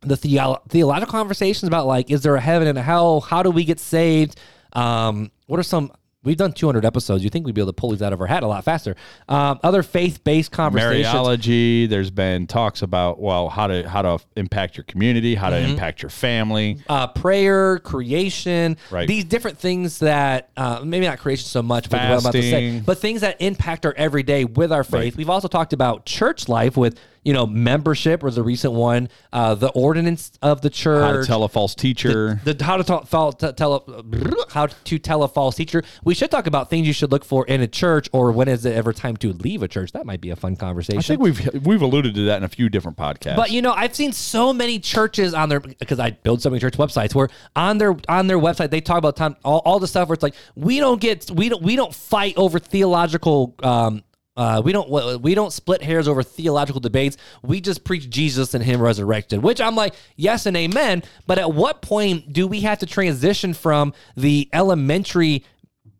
[SPEAKER 1] the theo- theological conversations about like, is there a heaven and a hell? How do we get saved? Um, what are some? We've done 200 episodes. You think we'd be able to pull these out of our hat a lot faster? Um, other faith-based conversations.
[SPEAKER 2] Mariology. There's been talks about well how to how to impact your community, how to
[SPEAKER 1] Mm-hmm.
[SPEAKER 2] impact your family.
[SPEAKER 1] uh, prayer, creation,
[SPEAKER 2] Right.
[SPEAKER 1] these different things that uh, maybe not creation so much, but what I'm about to say,
[SPEAKER 2] Fasting.
[SPEAKER 1] but things that impact our everyday with our faith. We've also talked about church life with you know membership was a recent one, uh, the ordinance of the church.
[SPEAKER 2] How to tell a false teacher.
[SPEAKER 1] the, how to talk, fall, t- tell a, how to tell a false teacher. We should talk about things you should look for in a church, or when is it ever time to leave a church? That might be a fun conversation.
[SPEAKER 2] I think we've we've alluded to that in a few different podcasts.
[SPEAKER 1] But you know, I've seen so many churches on their because I build so many church websites where on their on their website they talk about time all, all the stuff where it's like we don't get we don't we don't fight over theological um uh, we don't we don't split hairs over theological debates. We just preach Jesus and Him resurrected, which I'm like yes and amen. But at what point do we have to transition from the elementary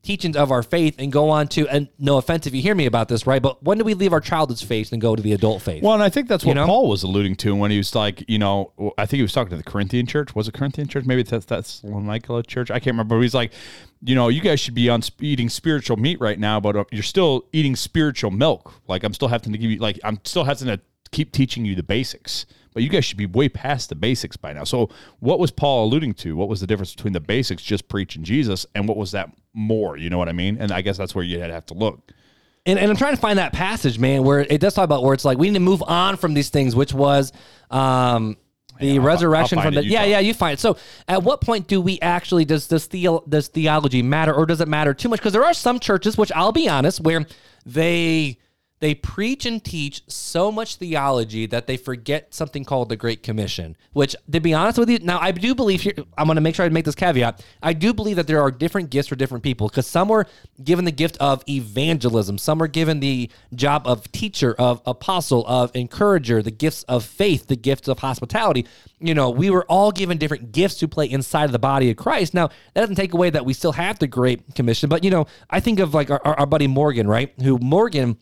[SPEAKER 1] teachings of our faith and go on to and no offense if you hear me about this right, but when do we leave our childhood's faith and go to the adult faith?
[SPEAKER 2] Well, and I think that's what
[SPEAKER 1] know?
[SPEAKER 2] Paul was alluding to when he was like, you know, I think he was talking to the Corinthian church. Was it Corinthian church? Maybe that's that's Thessalonica church. I can't remember. But he's like, you know, you guys should be on sp- eating spiritual meat right now, but uh, you're still eating spiritual milk. Like I'm still having to give you, like I'm still having to keep teaching you the basics. But you guys should be way past the basics by now. So, what was Paul alluding to? What was the difference between the basics, just preaching Jesus, and what was that more? You know what I mean? And I guess that's where you'd have to look.
[SPEAKER 1] and, and I'm trying to find that passage, man, where it does talk about where it's like we need to move on from these things, which was um, the
[SPEAKER 2] I'll fi-
[SPEAKER 1] resurrection
[SPEAKER 2] I'll
[SPEAKER 1] from
[SPEAKER 2] find
[SPEAKER 1] the
[SPEAKER 2] it, you
[SPEAKER 1] yeah
[SPEAKER 2] talk.
[SPEAKER 1] yeah you find it. So at what point do we actually does does, theo- does theology matter or does it matter too much? Because there are some churches, which I'll be honest, where they they preach and teach so much theology that they forget something called the Great Commission. Which, to be honest with you, now I do believe here. I'm going to make sure I make this caveat. I do believe that there are different gifts for different people because some were given the gift of evangelism, some are given the job of teacher, of apostle, of encourager, the gifts of faith, the gifts of hospitality. You know, we were all given different gifts to play inside of the body of Christ. Now, that doesn't take away that we still have the Great Commission, but you know, I think of like our, our, our buddy Morgan, right? Who Morgan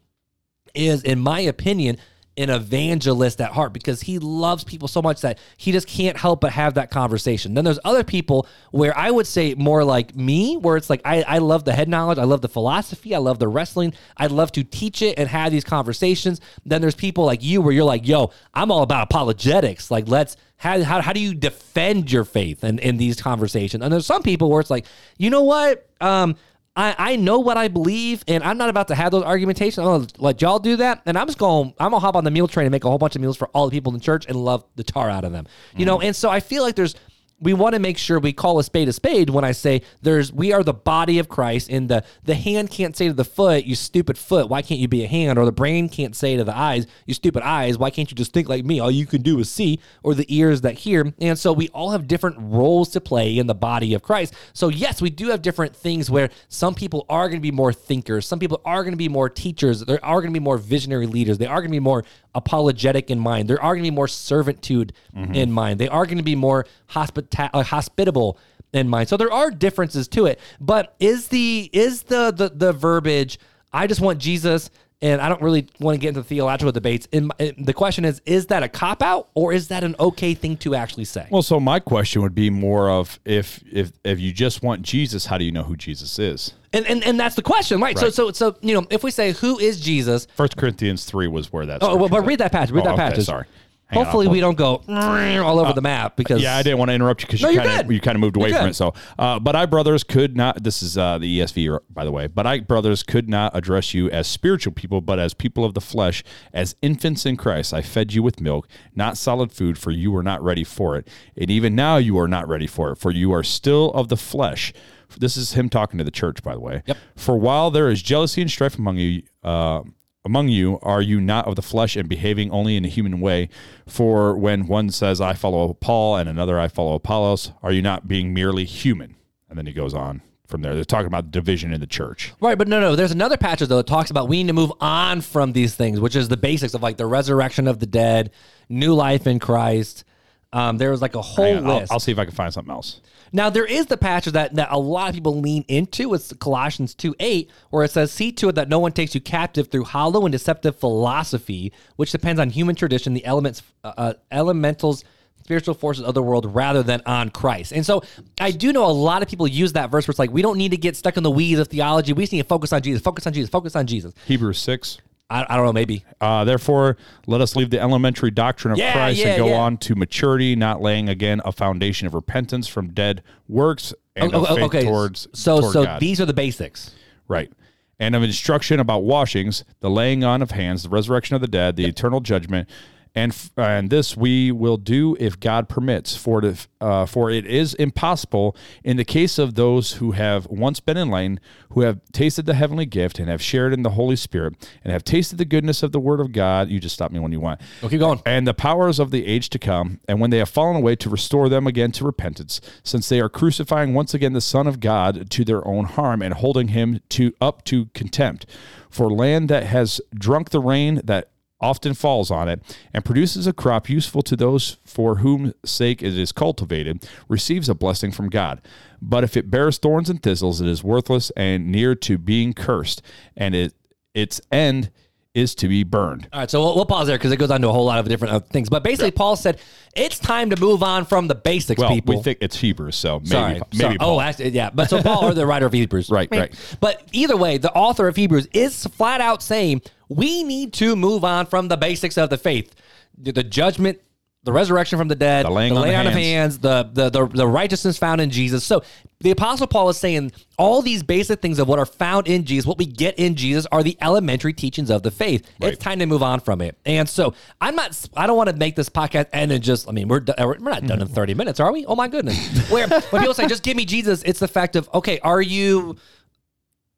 [SPEAKER 1] is, in my opinion, an evangelist at heart because he loves people so much that he just can't help but have that conversation. Then there's other people where I would say more like me, where it's like I, I love the head knowledge, I love the philosophy, I love the wrestling, I love to teach it and have these conversations. Then there's people like you where you're like, yo, I'm all about apologetics. Like, let's how, how, how do you defend your faith in, in these conversations? And there's some people where it's like, you know what? Um, I, I know what I believe, and I'm not about to have those argumentations. I'm gonna let y'all do that, and I'm just going. I'm gonna hop on the meal train and make a whole bunch of meals for all the people in the church and love the tar out of them, you know. And so I feel like there's we want to make sure we call a spade a spade when I say there's we are the body of Christ and the the hand can't say to the foot, you stupid foot, why can't you be a hand? Or the brain can't say to the eyes, you stupid eyes, why can't you just think like me? All you can do is see, or the ears that hear. And so we all have different roles to play in the body of Christ. So yes, we do have different things where some people are going to be more thinkers, some people are going to be more teachers, there are going to be more visionary leaders, they are going to be more apologetic in mind. There are going to be more servitude in mind. They are going to be more hospita- uh, hospitable in mind. So there are differences to it. But is the is the the, the verbiage? I just want Jesus, and I don't really want to get into theological debates. And my- and the question is: Is that a cop out, or is that an okay thing to actually say?
[SPEAKER 2] Well, so my question would be more of if if if you just want Jesus, how do you know who Jesus is?
[SPEAKER 1] and, and and that's the question, right? So
[SPEAKER 2] Right.
[SPEAKER 1] so so you know, if we say who is Jesus,
[SPEAKER 2] First Corinthians three was where that's.
[SPEAKER 1] oh, well, but read that passage. Read
[SPEAKER 2] Oh,
[SPEAKER 1] that
[SPEAKER 2] okay,
[SPEAKER 1] passage.
[SPEAKER 2] sorry. Hang on,
[SPEAKER 1] Hopefully,
[SPEAKER 2] I'll
[SPEAKER 1] we don't go all over the map because
[SPEAKER 2] Yeah, I didn't want to interrupt you because
[SPEAKER 1] No,
[SPEAKER 2] you
[SPEAKER 1] you're
[SPEAKER 2] kind of
[SPEAKER 1] good.
[SPEAKER 2] you kind of moved away
[SPEAKER 1] You're
[SPEAKER 2] from
[SPEAKER 1] good.
[SPEAKER 2] it. So, uh, but I brothers could not. This is uh, the ESV, by the way. But I brothers could not address you as spiritual people, but as people of the flesh, as infants in Christ. I fed you with milk, not solid food, for you were not ready for it, and even now you are not ready for it, for you are still of the flesh. This is him talking to the church, by the way.
[SPEAKER 1] Yep.
[SPEAKER 2] For while there is jealousy and strife among you. Uh, among you are you not of the flesh and behaving only in a human way for when one says i follow paul and another i follow apollos are you not being merely human and then he goes on from there they're talking about division in the church
[SPEAKER 1] Right, but no, no. There's another passage though that talks about we need to move on from these things, which is the basics of like the resurrection of the dead, new life in Christ. Um, there was like a whole
[SPEAKER 2] Hang on, I'll,
[SPEAKER 1] list.
[SPEAKER 2] I'll see if i can find something else
[SPEAKER 1] now there is the passage that that a lot of people lean into. It's Colossians two eight, where it says, "See to it that no one takes you captive through hollow and deceptive philosophy, which depends on human tradition, the elements, uh, uh, elementals." Spiritual forces of the world rather than on Christ. And so I do know a lot of people use that verse where it's like, we don't need to get stuck in the weeds of theology. We just need to focus on Jesus, focus on Jesus, focus on Jesus.
[SPEAKER 2] hebrews 6
[SPEAKER 1] I, I don't know, maybe.
[SPEAKER 2] Uh, therefore, let us leave the elementary doctrine of
[SPEAKER 1] Yeah,
[SPEAKER 2] Christ
[SPEAKER 1] yeah,
[SPEAKER 2] and go
[SPEAKER 1] yeah.
[SPEAKER 2] on to maturity, not laying again a foundation of repentance from dead works and
[SPEAKER 1] Oh,
[SPEAKER 2] of
[SPEAKER 1] oh,
[SPEAKER 2] faith
[SPEAKER 1] okay.
[SPEAKER 2] towards
[SPEAKER 1] so
[SPEAKER 2] toward
[SPEAKER 1] so
[SPEAKER 2] God.
[SPEAKER 1] these are the basics.
[SPEAKER 2] Right. And of instruction about washings, the laying on of hands, the resurrection of the dead, the eternal judgment, and f- and this we will do if God permits. For if, uh, for it is impossible in the case of those who have once been enlightened, who have tasted the heavenly gift and have shared in the Holy Spirit, and have tasted the goodness of the Word of God. You just stop me when you want
[SPEAKER 1] Well, keep going.
[SPEAKER 2] and the powers of the age to come, and when they have fallen away, to restore them again to repentance, since they are crucifying once again the Son of God to their own harm and holding him to up to contempt. For land that has drunk the rain that often falls on it and produces a crop useful to those for whom sake it is cultivated receives a blessing from God but if it bears thorns and thistles it is worthless and near to being cursed and it its end is to be burned
[SPEAKER 1] All right, so we'll, we'll pause there because it goes on to a whole lot of different uh, things. But basically, Paul said it's time to move on from the basics,
[SPEAKER 2] Well,
[SPEAKER 1] people.
[SPEAKER 2] we think it's Hebrews, so maybe
[SPEAKER 1] Sorry.
[SPEAKER 2] maybe
[SPEAKER 1] Sorry.
[SPEAKER 2] Paul.
[SPEAKER 1] Oh, actually, yeah. But so Paul, or the writer of Hebrews,
[SPEAKER 2] *laughs* Right, right.
[SPEAKER 1] But either way, the author of Hebrews is flat out saying we need to move on from the basics of the faith, the, the judgment, the resurrection from the dead,
[SPEAKER 2] The laying on of
[SPEAKER 1] on of
[SPEAKER 2] hands.
[SPEAKER 1] hands, the, the the the righteousness found in Jesus. So the apostle Paul is saying all these basic things of what are found in Jesus, what we get in Jesus, are the elementary teachings of the faith.
[SPEAKER 2] Right.
[SPEAKER 1] It's time to move on from it. And so I'm not. I don't want to make this podcast end and just. I mean, we're do- we're not done in 30 minutes, are we? Oh my goodness. Where when people say just give me Jesus, it's the fact of okay, are you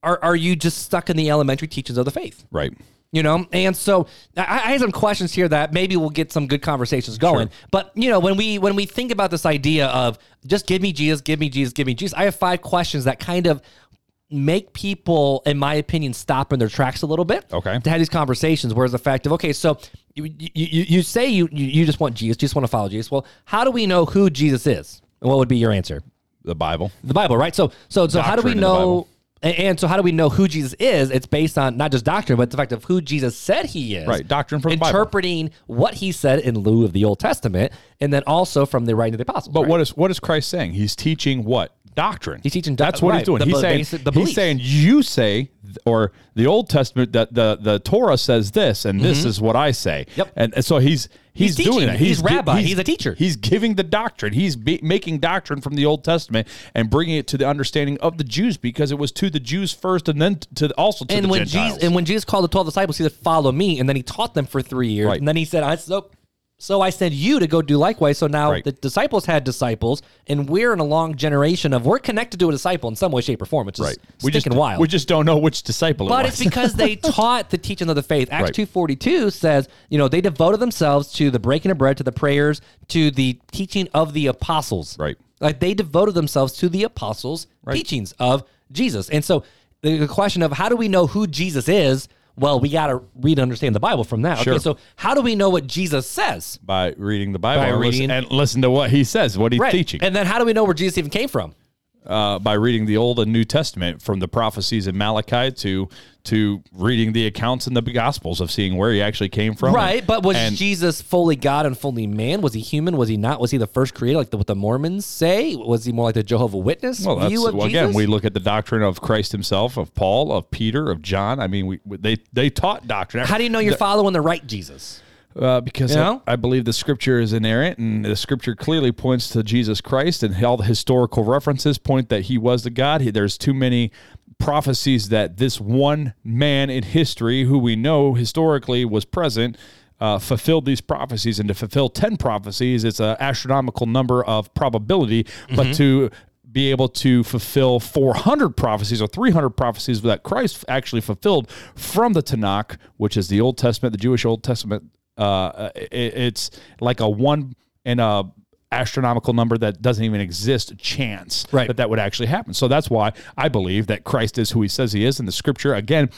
[SPEAKER 1] are are you just stuck in the elementary teachings of the faith?
[SPEAKER 2] right.
[SPEAKER 1] You know, and so I, I had some questions here that maybe we'll get some good conversations going. But you know, when we when we think about this idea of just give me Jesus, give me Jesus, give me Jesus, I have five questions that kind of make people, in my opinion, stop in their tracks a little bit.
[SPEAKER 2] Okay.
[SPEAKER 1] to have these conversations. Whereas the fact of okay, so you you, you, you say you, you you just want Jesus, you just want to follow Jesus. Well, how do we know who Jesus is? And what would be your answer?
[SPEAKER 2] The Bible.
[SPEAKER 1] the Bible, right? So, so, so, how do we
[SPEAKER 2] Doctrine in the
[SPEAKER 1] know?
[SPEAKER 2] Bible.
[SPEAKER 1] And, and so, how do we know who Jesus is? It's based on not just doctrine, but the fact of who Jesus said he is.
[SPEAKER 2] Right, doctrine from the Bible.
[SPEAKER 1] interpreting what he said in lieu of the Old Testament, and then also from the writing of the apostles.
[SPEAKER 2] But
[SPEAKER 1] right?
[SPEAKER 2] what is what is Christ saying? He's teaching what doctrine.
[SPEAKER 1] He's teaching doc-
[SPEAKER 2] That's what
[SPEAKER 1] right,
[SPEAKER 2] he's doing.
[SPEAKER 1] the
[SPEAKER 2] he's
[SPEAKER 1] b-
[SPEAKER 2] saying
[SPEAKER 1] basic- the
[SPEAKER 2] he's
[SPEAKER 1] beliefs.
[SPEAKER 2] saying you say th- or the Old Testament that the the Torah says this and this is what I say.
[SPEAKER 1] Mm-hmm. Yep.
[SPEAKER 2] And, and so he's he's,
[SPEAKER 1] He's teaching.
[SPEAKER 2] doing that.
[SPEAKER 1] He's rabbi. He's a teacher.
[SPEAKER 2] He's giving the doctrine. He's be, making doctrine from the Old Testament and bringing it to the understanding of the Jews because it was to the Jews first and then to the- also to
[SPEAKER 1] and
[SPEAKER 2] the
[SPEAKER 1] when
[SPEAKER 2] Gentiles.
[SPEAKER 1] Jesus and when Jesus called the twelve disciples, he said, "Follow me," and then he taught them for three years,
[SPEAKER 2] Right.
[SPEAKER 1] and then he said, "I so." So I send you to go do likewise. So now
[SPEAKER 2] Right.
[SPEAKER 1] the disciples had disciples, and we're in a long generation of we're connected to a disciple in some way, shape, or form, which is
[SPEAKER 2] Right.
[SPEAKER 1] stinking
[SPEAKER 2] just
[SPEAKER 1] wild.
[SPEAKER 2] we just don't know which disciple
[SPEAKER 1] But
[SPEAKER 2] it
[SPEAKER 1] it's
[SPEAKER 2] was. *laughs*
[SPEAKER 1] because they taught the teachings of the faith. Acts
[SPEAKER 2] Right.
[SPEAKER 1] two forty two says, you know, they devoted themselves to the breaking of bread, to the prayers, to the teaching of the apostles.
[SPEAKER 2] Right.
[SPEAKER 1] Like they devoted themselves to the apostles' teachings of Jesus. And so the the question of how do we know who Jesus is? Well, we got to read and understand the Bible from that.
[SPEAKER 2] Sure.
[SPEAKER 1] Okay, so how do we know what Jesus says?
[SPEAKER 2] by reading the Bible
[SPEAKER 1] By
[SPEAKER 2] and,
[SPEAKER 1] reading-
[SPEAKER 2] listen, and listen to what he says, what he's
[SPEAKER 1] Right.
[SPEAKER 2] teaching,
[SPEAKER 1] And then how do we know where Jesus even came from?
[SPEAKER 2] uh, by reading the Old and New Testament from the prophecies in Malachi to to reading the accounts in the Gospels of seeing where he actually came from.
[SPEAKER 1] Right, but was
[SPEAKER 2] And-
[SPEAKER 1] Jesus fully God and fully man? Was he human? Was he not? Was he the first creator, like the, what the Mormons say? Was he more like the Jehovah Witness
[SPEAKER 2] Well, that's,
[SPEAKER 1] view of
[SPEAKER 2] well,
[SPEAKER 1] Jesus?
[SPEAKER 2] again, we look at the doctrine of Christ Himself, of Paul, of Peter, of John. I mean, we, we- they they taught doctrine.
[SPEAKER 1] How do you know you're following the right Jesus?
[SPEAKER 2] Uh, because
[SPEAKER 1] You know?
[SPEAKER 2] I, I believe the scripture is inerrant, and the scripture clearly points to Jesus Christ, and all the historical references point that he was the God. He, there's too many prophecies that this one man in history, who we know historically was present, uh, fulfilled these prophecies. And to fulfill 10 prophecies, it's an astronomical number of probability,
[SPEAKER 1] Mm-hmm.
[SPEAKER 2] but to be able to fulfill 400 prophecies or 300 prophecies that Christ actually fulfilled from the Tanakh, which is the Old Testament, the Jewish Old Testament. Uh, i- i it's like a one and a astronomical number that doesn't even exist chance
[SPEAKER 1] Right.
[SPEAKER 2] that that would actually happen. So that's why I believe that Christ is who he says he is, and the Scripture again,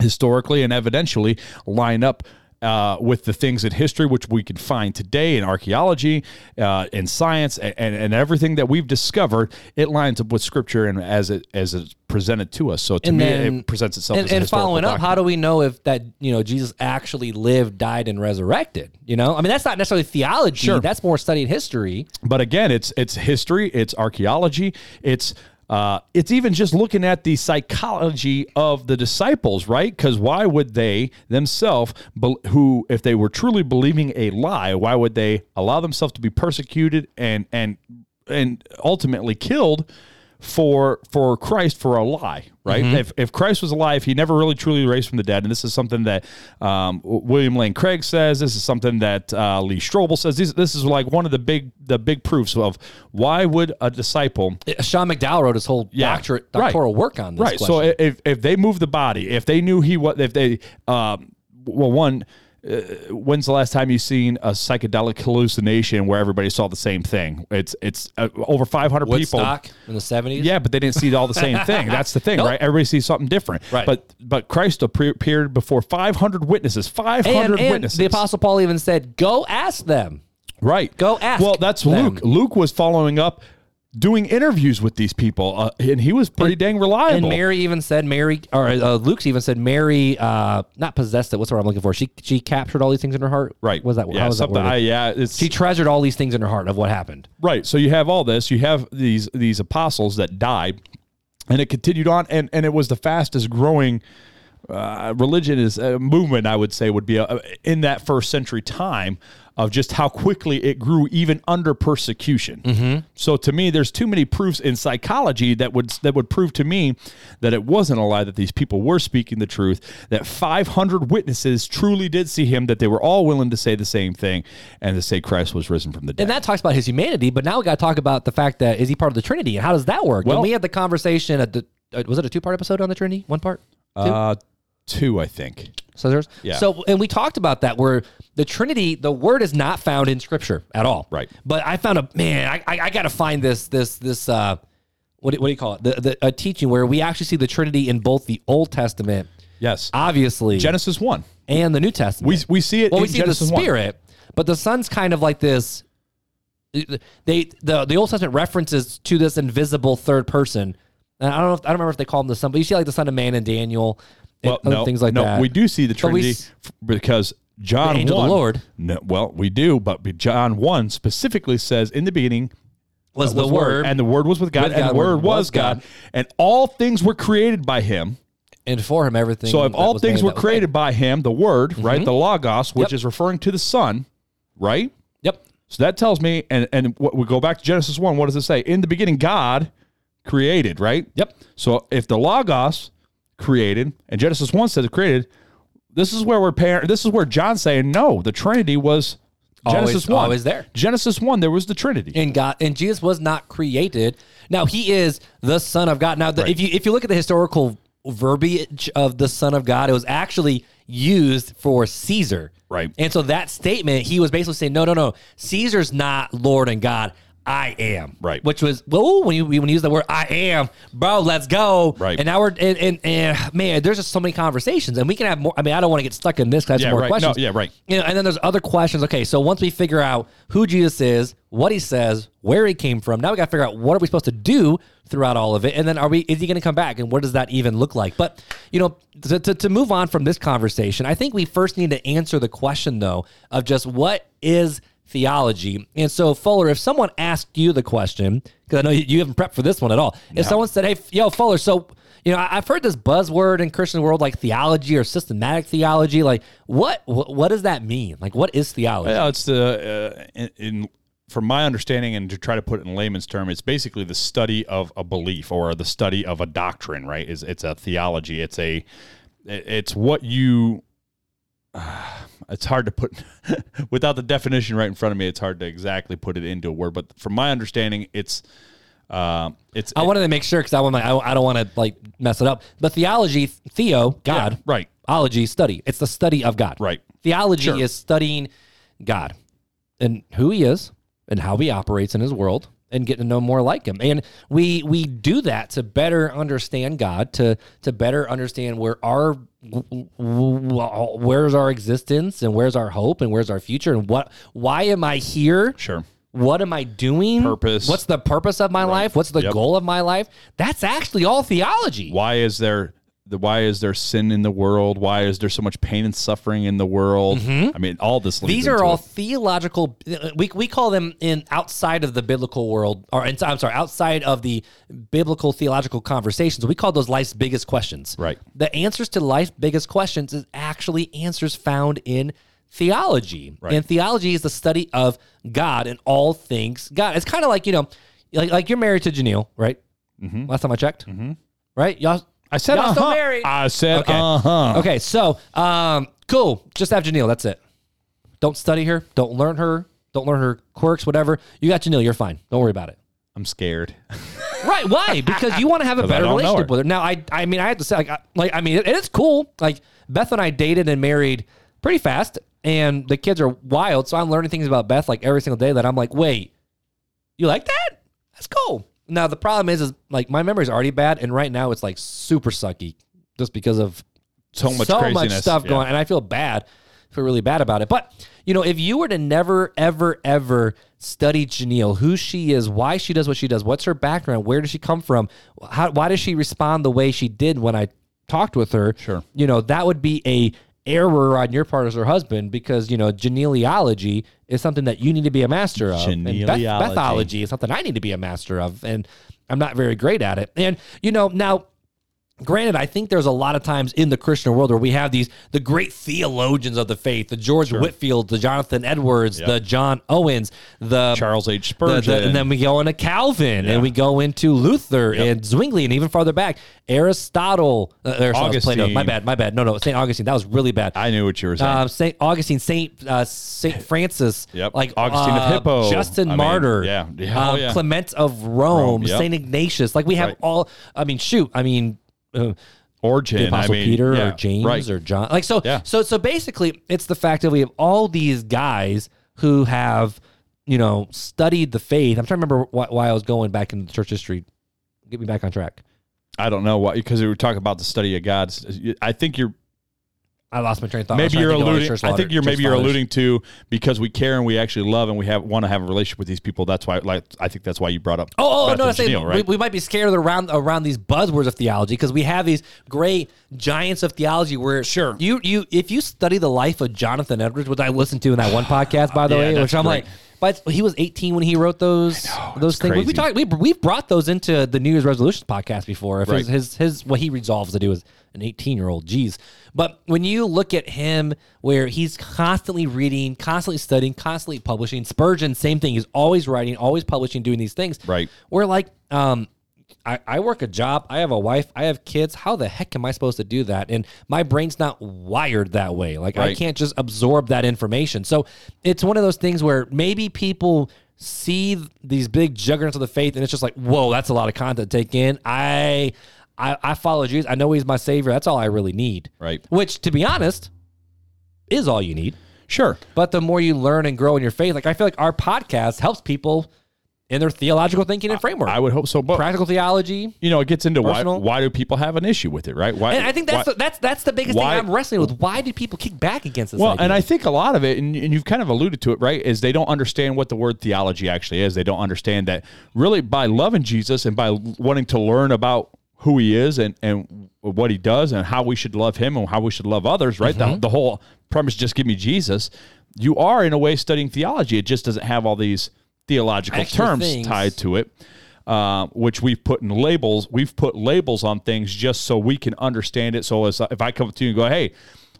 [SPEAKER 2] historically and evidentially, line up. Uh, with the things in history which we can find today in archaeology uh, in science and, and, and everything that we've discovered it lines up with scripture and as it as it's presented to us so to me it presents itself
[SPEAKER 1] And,
[SPEAKER 2] as a
[SPEAKER 1] and
[SPEAKER 2] historical
[SPEAKER 1] following up,
[SPEAKER 2] document.
[SPEAKER 1] how do we know if that you know Jesus actually lived, died, and resurrected? You know, I mean, that's not necessarily theology.
[SPEAKER 2] Sure.
[SPEAKER 1] That's more studying history.
[SPEAKER 2] but again, it's it's history, it's archaeology, it's uh, it's even just looking at the psychology of the disciples, right? Because why would they themselves, bel who if they were truly believing a lie, why would they allow themselves to be persecuted and and and ultimately killed? for for Christ for a lie, right?
[SPEAKER 1] Mm-hmm.
[SPEAKER 2] If, if Christ was alive, he never really truly raised from the dead, and this is something that um, W- William Lane Craig says. This is something that uh, Lee Strobel says. These, this is like one of the big the big proofs of why would a disciple
[SPEAKER 1] Uh, Sean McDowell wrote his whole
[SPEAKER 2] Yeah.
[SPEAKER 1] doctorate,
[SPEAKER 2] Right.
[SPEAKER 1] doctoral work on this.
[SPEAKER 2] right?
[SPEAKER 1] Question.
[SPEAKER 2] So i- if if they moved the body, if they knew he was, if they um, well one. Uh, when's the last time you seen a psychedelic hallucination where everybody saw the same thing? It's it's uh, over 500 people.
[SPEAKER 1] Woodstock in the seventies.
[SPEAKER 2] Yeah, but they didn't see all the same thing.
[SPEAKER 1] *laughs*
[SPEAKER 2] That's the thing, right? Everybody sees something different.
[SPEAKER 1] Right.
[SPEAKER 2] But but Christ appear- appeared before 500 witnesses. 500
[SPEAKER 1] and, and
[SPEAKER 2] witnesses.
[SPEAKER 1] the Apostle Paul even said, "Go ask them."
[SPEAKER 2] Right.
[SPEAKER 1] Go ask
[SPEAKER 2] Well, that's
[SPEAKER 1] them.
[SPEAKER 2] Luke. Luke was following up doing interviews with these people uh, and he was pretty dang reliable.
[SPEAKER 1] And Mary even said Mary, or uh, Luke's even said Mary, uh, not possessed it. What's the word I'm looking for? She she captured all these things in her heart.
[SPEAKER 2] right.
[SPEAKER 1] Was that
[SPEAKER 2] yeah,
[SPEAKER 1] how was that
[SPEAKER 2] something I,
[SPEAKER 1] worded?
[SPEAKER 2] yeah, it's
[SPEAKER 1] She treasured all these things in her heart of what happened.
[SPEAKER 2] Right. So you have all this. You have these these apostles that died, and it continued on, and and it was the fastest growing. Uh, religion is a movement, I would say, would be uh in that first century time of just how quickly it grew, even under persecution. So, to me, there's too many proofs in psychology that would that would prove to me that it wasn't a lie that these people were speaking the truth. That 500 witnesses truly did see him. That they were all willing to say the same thing and to say Christ was risen from the dead.
[SPEAKER 1] And that talks about his humanity, but now we got to talk about the fact that is he part of the Trinity and how does that work?
[SPEAKER 2] Well-
[SPEAKER 1] when we had the conversation, at the, uh, was it a two part episode on the Trinity? One part? Two?
[SPEAKER 2] Uh, two, I think.
[SPEAKER 1] So there's
[SPEAKER 2] Yeah.
[SPEAKER 1] so and we talked about that where the Trinity, the word is not found in scripture at all.
[SPEAKER 2] Right.
[SPEAKER 1] But I found a man, I I, I gotta find this this this uh what do, what do you call it? The, the a teaching where we actually see the Trinity in both the Old Testament,
[SPEAKER 2] Yes.
[SPEAKER 1] obviously,
[SPEAKER 2] Genesis one.
[SPEAKER 1] and the New Testament.
[SPEAKER 2] We we see it.
[SPEAKER 1] well,
[SPEAKER 2] in
[SPEAKER 1] we see
[SPEAKER 2] Genesis
[SPEAKER 1] the
[SPEAKER 2] 1.
[SPEAKER 1] Spirit, but the Son's kind of like this. They the the Old Testament references to this invisible third person. And I don't know. If, I don't remember if they call him the Son, but you see like the Son of Man in Daniel and
[SPEAKER 2] Well,
[SPEAKER 1] other
[SPEAKER 2] no,
[SPEAKER 1] things like
[SPEAKER 2] no,
[SPEAKER 1] that.
[SPEAKER 2] we do see the
[SPEAKER 1] But we
[SPEAKER 2] Trinity
[SPEAKER 1] s-
[SPEAKER 2] f- because John
[SPEAKER 1] The angel of
[SPEAKER 2] 1,
[SPEAKER 1] the Lord.
[SPEAKER 2] No, well, we do, but be- John one specifically says in the beginning
[SPEAKER 1] was the
[SPEAKER 2] was
[SPEAKER 1] word
[SPEAKER 2] and the word was with God,
[SPEAKER 1] With
[SPEAKER 2] and
[SPEAKER 1] God,
[SPEAKER 2] the word was God. and all things were created by Him.
[SPEAKER 1] and for him everything.
[SPEAKER 2] So
[SPEAKER 1] Mm,
[SPEAKER 2] if
[SPEAKER 1] that
[SPEAKER 2] all
[SPEAKER 1] was
[SPEAKER 2] things
[SPEAKER 1] made,
[SPEAKER 2] were
[SPEAKER 1] that was Mm-hmm.
[SPEAKER 2] created by Him, the Word, right, the Logos, which
[SPEAKER 1] Yep.
[SPEAKER 2] is referring to the Son, right.
[SPEAKER 1] made. Yep.
[SPEAKER 2] So that tells me, and and what we go back to Genesis one. What does it say? In the beginning, God created, right?
[SPEAKER 1] Yep.
[SPEAKER 2] So if the logos created, and Genesis one says it created, this is where we're par- This is where John's saying no. The Trinity was Genesis
[SPEAKER 1] Always-
[SPEAKER 2] 1.
[SPEAKER 1] always there.
[SPEAKER 2] Genesis 1, there was the Trinity.
[SPEAKER 1] and God and Jesus was not created. Now he is the Son of God. Now the, if you if you look at the historical verbiage of the Son of God, it was actually used for Caesar.
[SPEAKER 2] Right.
[SPEAKER 1] And so that statement, he was basically saying, no, no, no, Caesar's not Lord and God. I am.
[SPEAKER 2] Right.
[SPEAKER 1] Which was well when you when you use the word I am, bro, let's go.
[SPEAKER 2] Right.
[SPEAKER 1] And now we're and, and, and man, there's just so many conversations, and we can have more. I mean, I don't want to get stuck in this because I have
[SPEAKER 2] Yeah,
[SPEAKER 1] some more
[SPEAKER 2] right. No,
[SPEAKER 1] questions.
[SPEAKER 2] yeah, right.
[SPEAKER 1] You know, and then there's other questions. Okay, so once we figure out who Jesus is, what he says, where he came from, now we got to figure out what are we supposed to do throughout all of it, and then are we is he going to come back, and what does that even look like? But you know, to, to, to move on from this conversation, I think we first need to answer the question though of just what is theology. And so Fuller, if someone asked you the question, because I know you, you haven't prepped for this one at all, if someone said, "Hey, yo, Fuller, so you know, I- I've heard this buzzword in Christian world like theology or systematic theology. Like, what what, what does that mean? Like, what is theology?
[SPEAKER 2] Yeah, it's the uh, in, in from my understanding, and to try to put it in layman's term, it's basically the study of a belief or the study of a doctrine. Right? Is it's a theology. It's a it- it's what you. *sighs* Uh, it's hard to put *laughs* without the definition right in front of me. It's hard to exactly put it into a word. But from my understanding, it's uh, it's
[SPEAKER 1] I wanted to make sure because I want I, I don't want to like mess it up. But theology, theo, God,
[SPEAKER 2] right.
[SPEAKER 1] Ology, study. It's the study of God.
[SPEAKER 2] Right.
[SPEAKER 1] Theology
[SPEAKER 2] Sure.
[SPEAKER 1] is studying God and who He is and how He operates in His world and getting to know more like Him. And we we do that to better understand God, to to better understand where our where's our existence and where's our hope and where's our future and what why am I here?
[SPEAKER 2] Sure.
[SPEAKER 1] What am I doing?
[SPEAKER 2] Purpose.
[SPEAKER 1] What's the purpose of my life? What's the
[SPEAKER 2] Yep.
[SPEAKER 1] goal of my life? That's actually all theology.
[SPEAKER 2] why is there the why is there sin in the world? Why is there so much pain and suffering in the world? I mean, all this. leads
[SPEAKER 1] Mm-hmm. These are
[SPEAKER 2] into
[SPEAKER 1] all
[SPEAKER 2] it.
[SPEAKER 1] theological. uh, We, we call them in outside of the biblical world, or in, I'm sorry, outside of the biblical theological conversations. We call those life's biggest questions.
[SPEAKER 2] Right.
[SPEAKER 1] The answers to life's biggest questions is actually answers found in theology, and theology is the study of God and all things God. It's kind of like you know, like like you're married to Janelle, right? Last time I checked, right? Y'all,
[SPEAKER 2] Mm-hmm. I said,
[SPEAKER 1] y'all still
[SPEAKER 2] uh-huh.
[SPEAKER 1] married?
[SPEAKER 2] I said,
[SPEAKER 1] Okay.
[SPEAKER 2] uh huh.
[SPEAKER 1] Okay, so um, cool. Just have Janelle. That's it. Don't study her. Don't learn her. Don't learn her quirks. Whatever. You got Janelle. You're fine. Don't worry about it.
[SPEAKER 2] I'm scared.
[SPEAKER 1] Right?
[SPEAKER 2] *laughs*
[SPEAKER 1] Why? Because you want to have a better
[SPEAKER 2] don't know
[SPEAKER 1] relationship
[SPEAKER 2] her.
[SPEAKER 1] with her. Now, I I mean, I have to say, like, I, like I mean, it, it's cool. Like Beth and I dated and married pretty fast, and the kids are wild. So I'm learning things about Beth like every single day that I'm like, wait, you like that? That's cool. Now the problem is, is like my memory's already bad, and right now it's like super sucky, just because of
[SPEAKER 2] So much craziness.
[SPEAKER 1] stuff
[SPEAKER 2] Yeah.
[SPEAKER 1] going, and I feel bad, feel really bad about it. But you know, if you were to never, ever, ever study Janelle, who she is, why she does what she does, what's her background, where does she come from, how, why does she respond the way she did when I talked with her?
[SPEAKER 2] Sure.
[SPEAKER 1] you know that would be a error on your part as her husband because you know genealogy is something that you need to be a master of and Beth-
[SPEAKER 2] Genealogy.
[SPEAKER 1] bethology is something i need to be a master of and i'm not very great at it and you know now granted, I think there's a lot of times in the Christian world where we have these the great theologians of the faith, the George Whitfield, the Jonathan Edwards, the John Owens, the
[SPEAKER 2] Charles H.
[SPEAKER 1] the-
[SPEAKER 2] Spurgeon.
[SPEAKER 1] the- and then we go into Calvin, and we go into Luther and Zwingli, and even farther back, Aristotle. Uh, Aristotle was Plato. My
[SPEAKER 2] Augustine.
[SPEAKER 1] bad, my bad. No, no, Saint Augustine. That was really bad.
[SPEAKER 2] I knew what you were saying.
[SPEAKER 1] Um, Saint Augustine, Saint uh, Saint Francis,
[SPEAKER 2] Yep.
[SPEAKER 1] like
[SPEAKER 2] Augustine of
[SPEAKER 1] uh,
[SPEAKER 2] Hippo.
[SPEAKER 1] Justin
[SPEAKER 2] I mean,
[SPEAKER 1] Martyr,
[SPEAKER 2] yeah. Yeah, oh,
[SPEAKER 1] um,
[SPEAKER 2] yeah.
[SPEAKER 1] Clement of Rome,
[SPEAKER 2] Rome, yep.
[SPEAKER 1] Saint Ignatius. Like we have
[SPEAKER 2] Right.
[SPEAKER 1] all. I mean, shoot. I mean, uh,
[SPEAKER 2] Origin.
[SPEAKER 1] the Apostle
[SPEAKER 2] I mean,
[SPEAKER 1] Peter
[SPEAKER 2] yeah,
[SPEAKER 1] or James
[SPEAKER 2] right.
[SPEAKER 1] or John. Like so,
[SPEAKER 2] Yeah.
[SPEAKER 1] so so basically, it's the fact that we have all these guys who have you know studied the faith. I'm trying to remember why, why I was going back into church history. Get me back on track.
[SPEAKER 2] I don't know why because we were talking about the study of God. I think you're
[SPEAKER 1] I lost my train of thought. I was
[SPEAKER 2] maybe
[SPEAKER 1] trying to think
[SPEAKER 2] you're
[SPEAKER 1] of all the
[SPEAKER 2] alluding.
[SPEAKER 1] church
[SPEAKER 2] I
[SPEAKER 1] father-
[SPEAKER 2] think you're
[SPEAKER 1] church
[SPEAKER 2] maybe you're
[SPEAKER 1] fathers.
[SPEAKER 2] alluding to because we care and we actually love and we have want to have a relationship with these people. That's why, like, I think that's why you brought up.
[SPEAKER 1] Oh, oh
[SPEAKER 2] Beth
[SPEAKER 1] no! I
[SPEAKER 2] and
[SPEAKER 1] say
[SPEAKER 2] Janelle, right?
[SPEAKER 1] we, we might be scared around around these buzzwords of theology because we have these great giants of theology. Where
[SPEAKER 2] Sure.
[SPEAKER 1] you you if you study the life of Jonathan Edwards, which I listened to in that one podcast, by the
[SPEAKER 2] Yeah,
[SPEAKER 1] way,
[SPEAKER 2] that's
[SPEAKER 1] which I'm
[SPEAKER 2] great.
[SPEAKER 1] like, but he was 18 when he wrote those those
[SPEAKER 2] it's
[SPEAKER 1] things. We- We
[SPEAKER 2] crazy.
[SPEAKER 1] talked we we brought those into the New Year's resolutions podcast before. If
[SPEAKER 2] Right.
[SPEAKER 1] his, his his what he resolves to do is an 18 year old. Jeez, but when you look at him, where he's constantly reading, constantly studying, constantly publishing. Spurgeon, same thing. He's always writing, always publishing, doing these things
[SPEAKER 2] Right.
[SPEAKER 1] where like um I, I work a job. I have a wife. I have kids. How the heck am I supposed to do that? And my brain's not wired that way. Like I
[SPEAKER 2] Right.
[SPEAKER 1] can't just absorb that information. So it's one of those things where maybe people see th- these big juggernauts of the faith, and it's just like, whoa, that's a lot of content to take in. I I, I follow Jesus. I know He's my savior. That's all I really need.
[SPEAKER 2] Right.
[SPEAKER 1] Which, to be honest, is all you need.
[SPEAKER 2] Sure.
[SPEAKER 1] But the more you learn and grow in your faith, like I feel like our podcast helps people in their theological thinking and framework.
[SPEAKER 2] I would hope so. But
[SPEAKER 1] Practical theology.
[SPEAKER 2] you know, it gets into why
[SPEAKER 1] Personal.
[SPEAKER 2] why do people have an issue with it, right? Why
[SPEAKER 1] And I think that's
[SPEAKER 2] why-
[SPEAKER 1] the, that's that's the biggest
[SPEAKER 2] why-
[SPEAKER 1] thing I'm wrestling with. Why do people kick back against this?
[SPEAKER 2] well,
[SPEAKER 1] idea?
[SPEAKER 2] and I think a lot of it, and, and you've kind of alluded to it, right? Is they don't understand what the word theology actually is. They don't understand that really by loving Jesus and by l- wanting to learn about who he is and, and what he does and how we should love him and how we should love others, right? The, the whole premise, just give me Jesus. You are in a way studying theology. It just doesn't have all these theological
[SPEAKER 1] Extra
[SPEAKER 2] terms
[SPEAKER 1] things.
[SPEAKER 2] tied to it. Uh, which we've put in labels. We've put labels on things just so we can understand it. So as, if I come up to you and go, "Hey,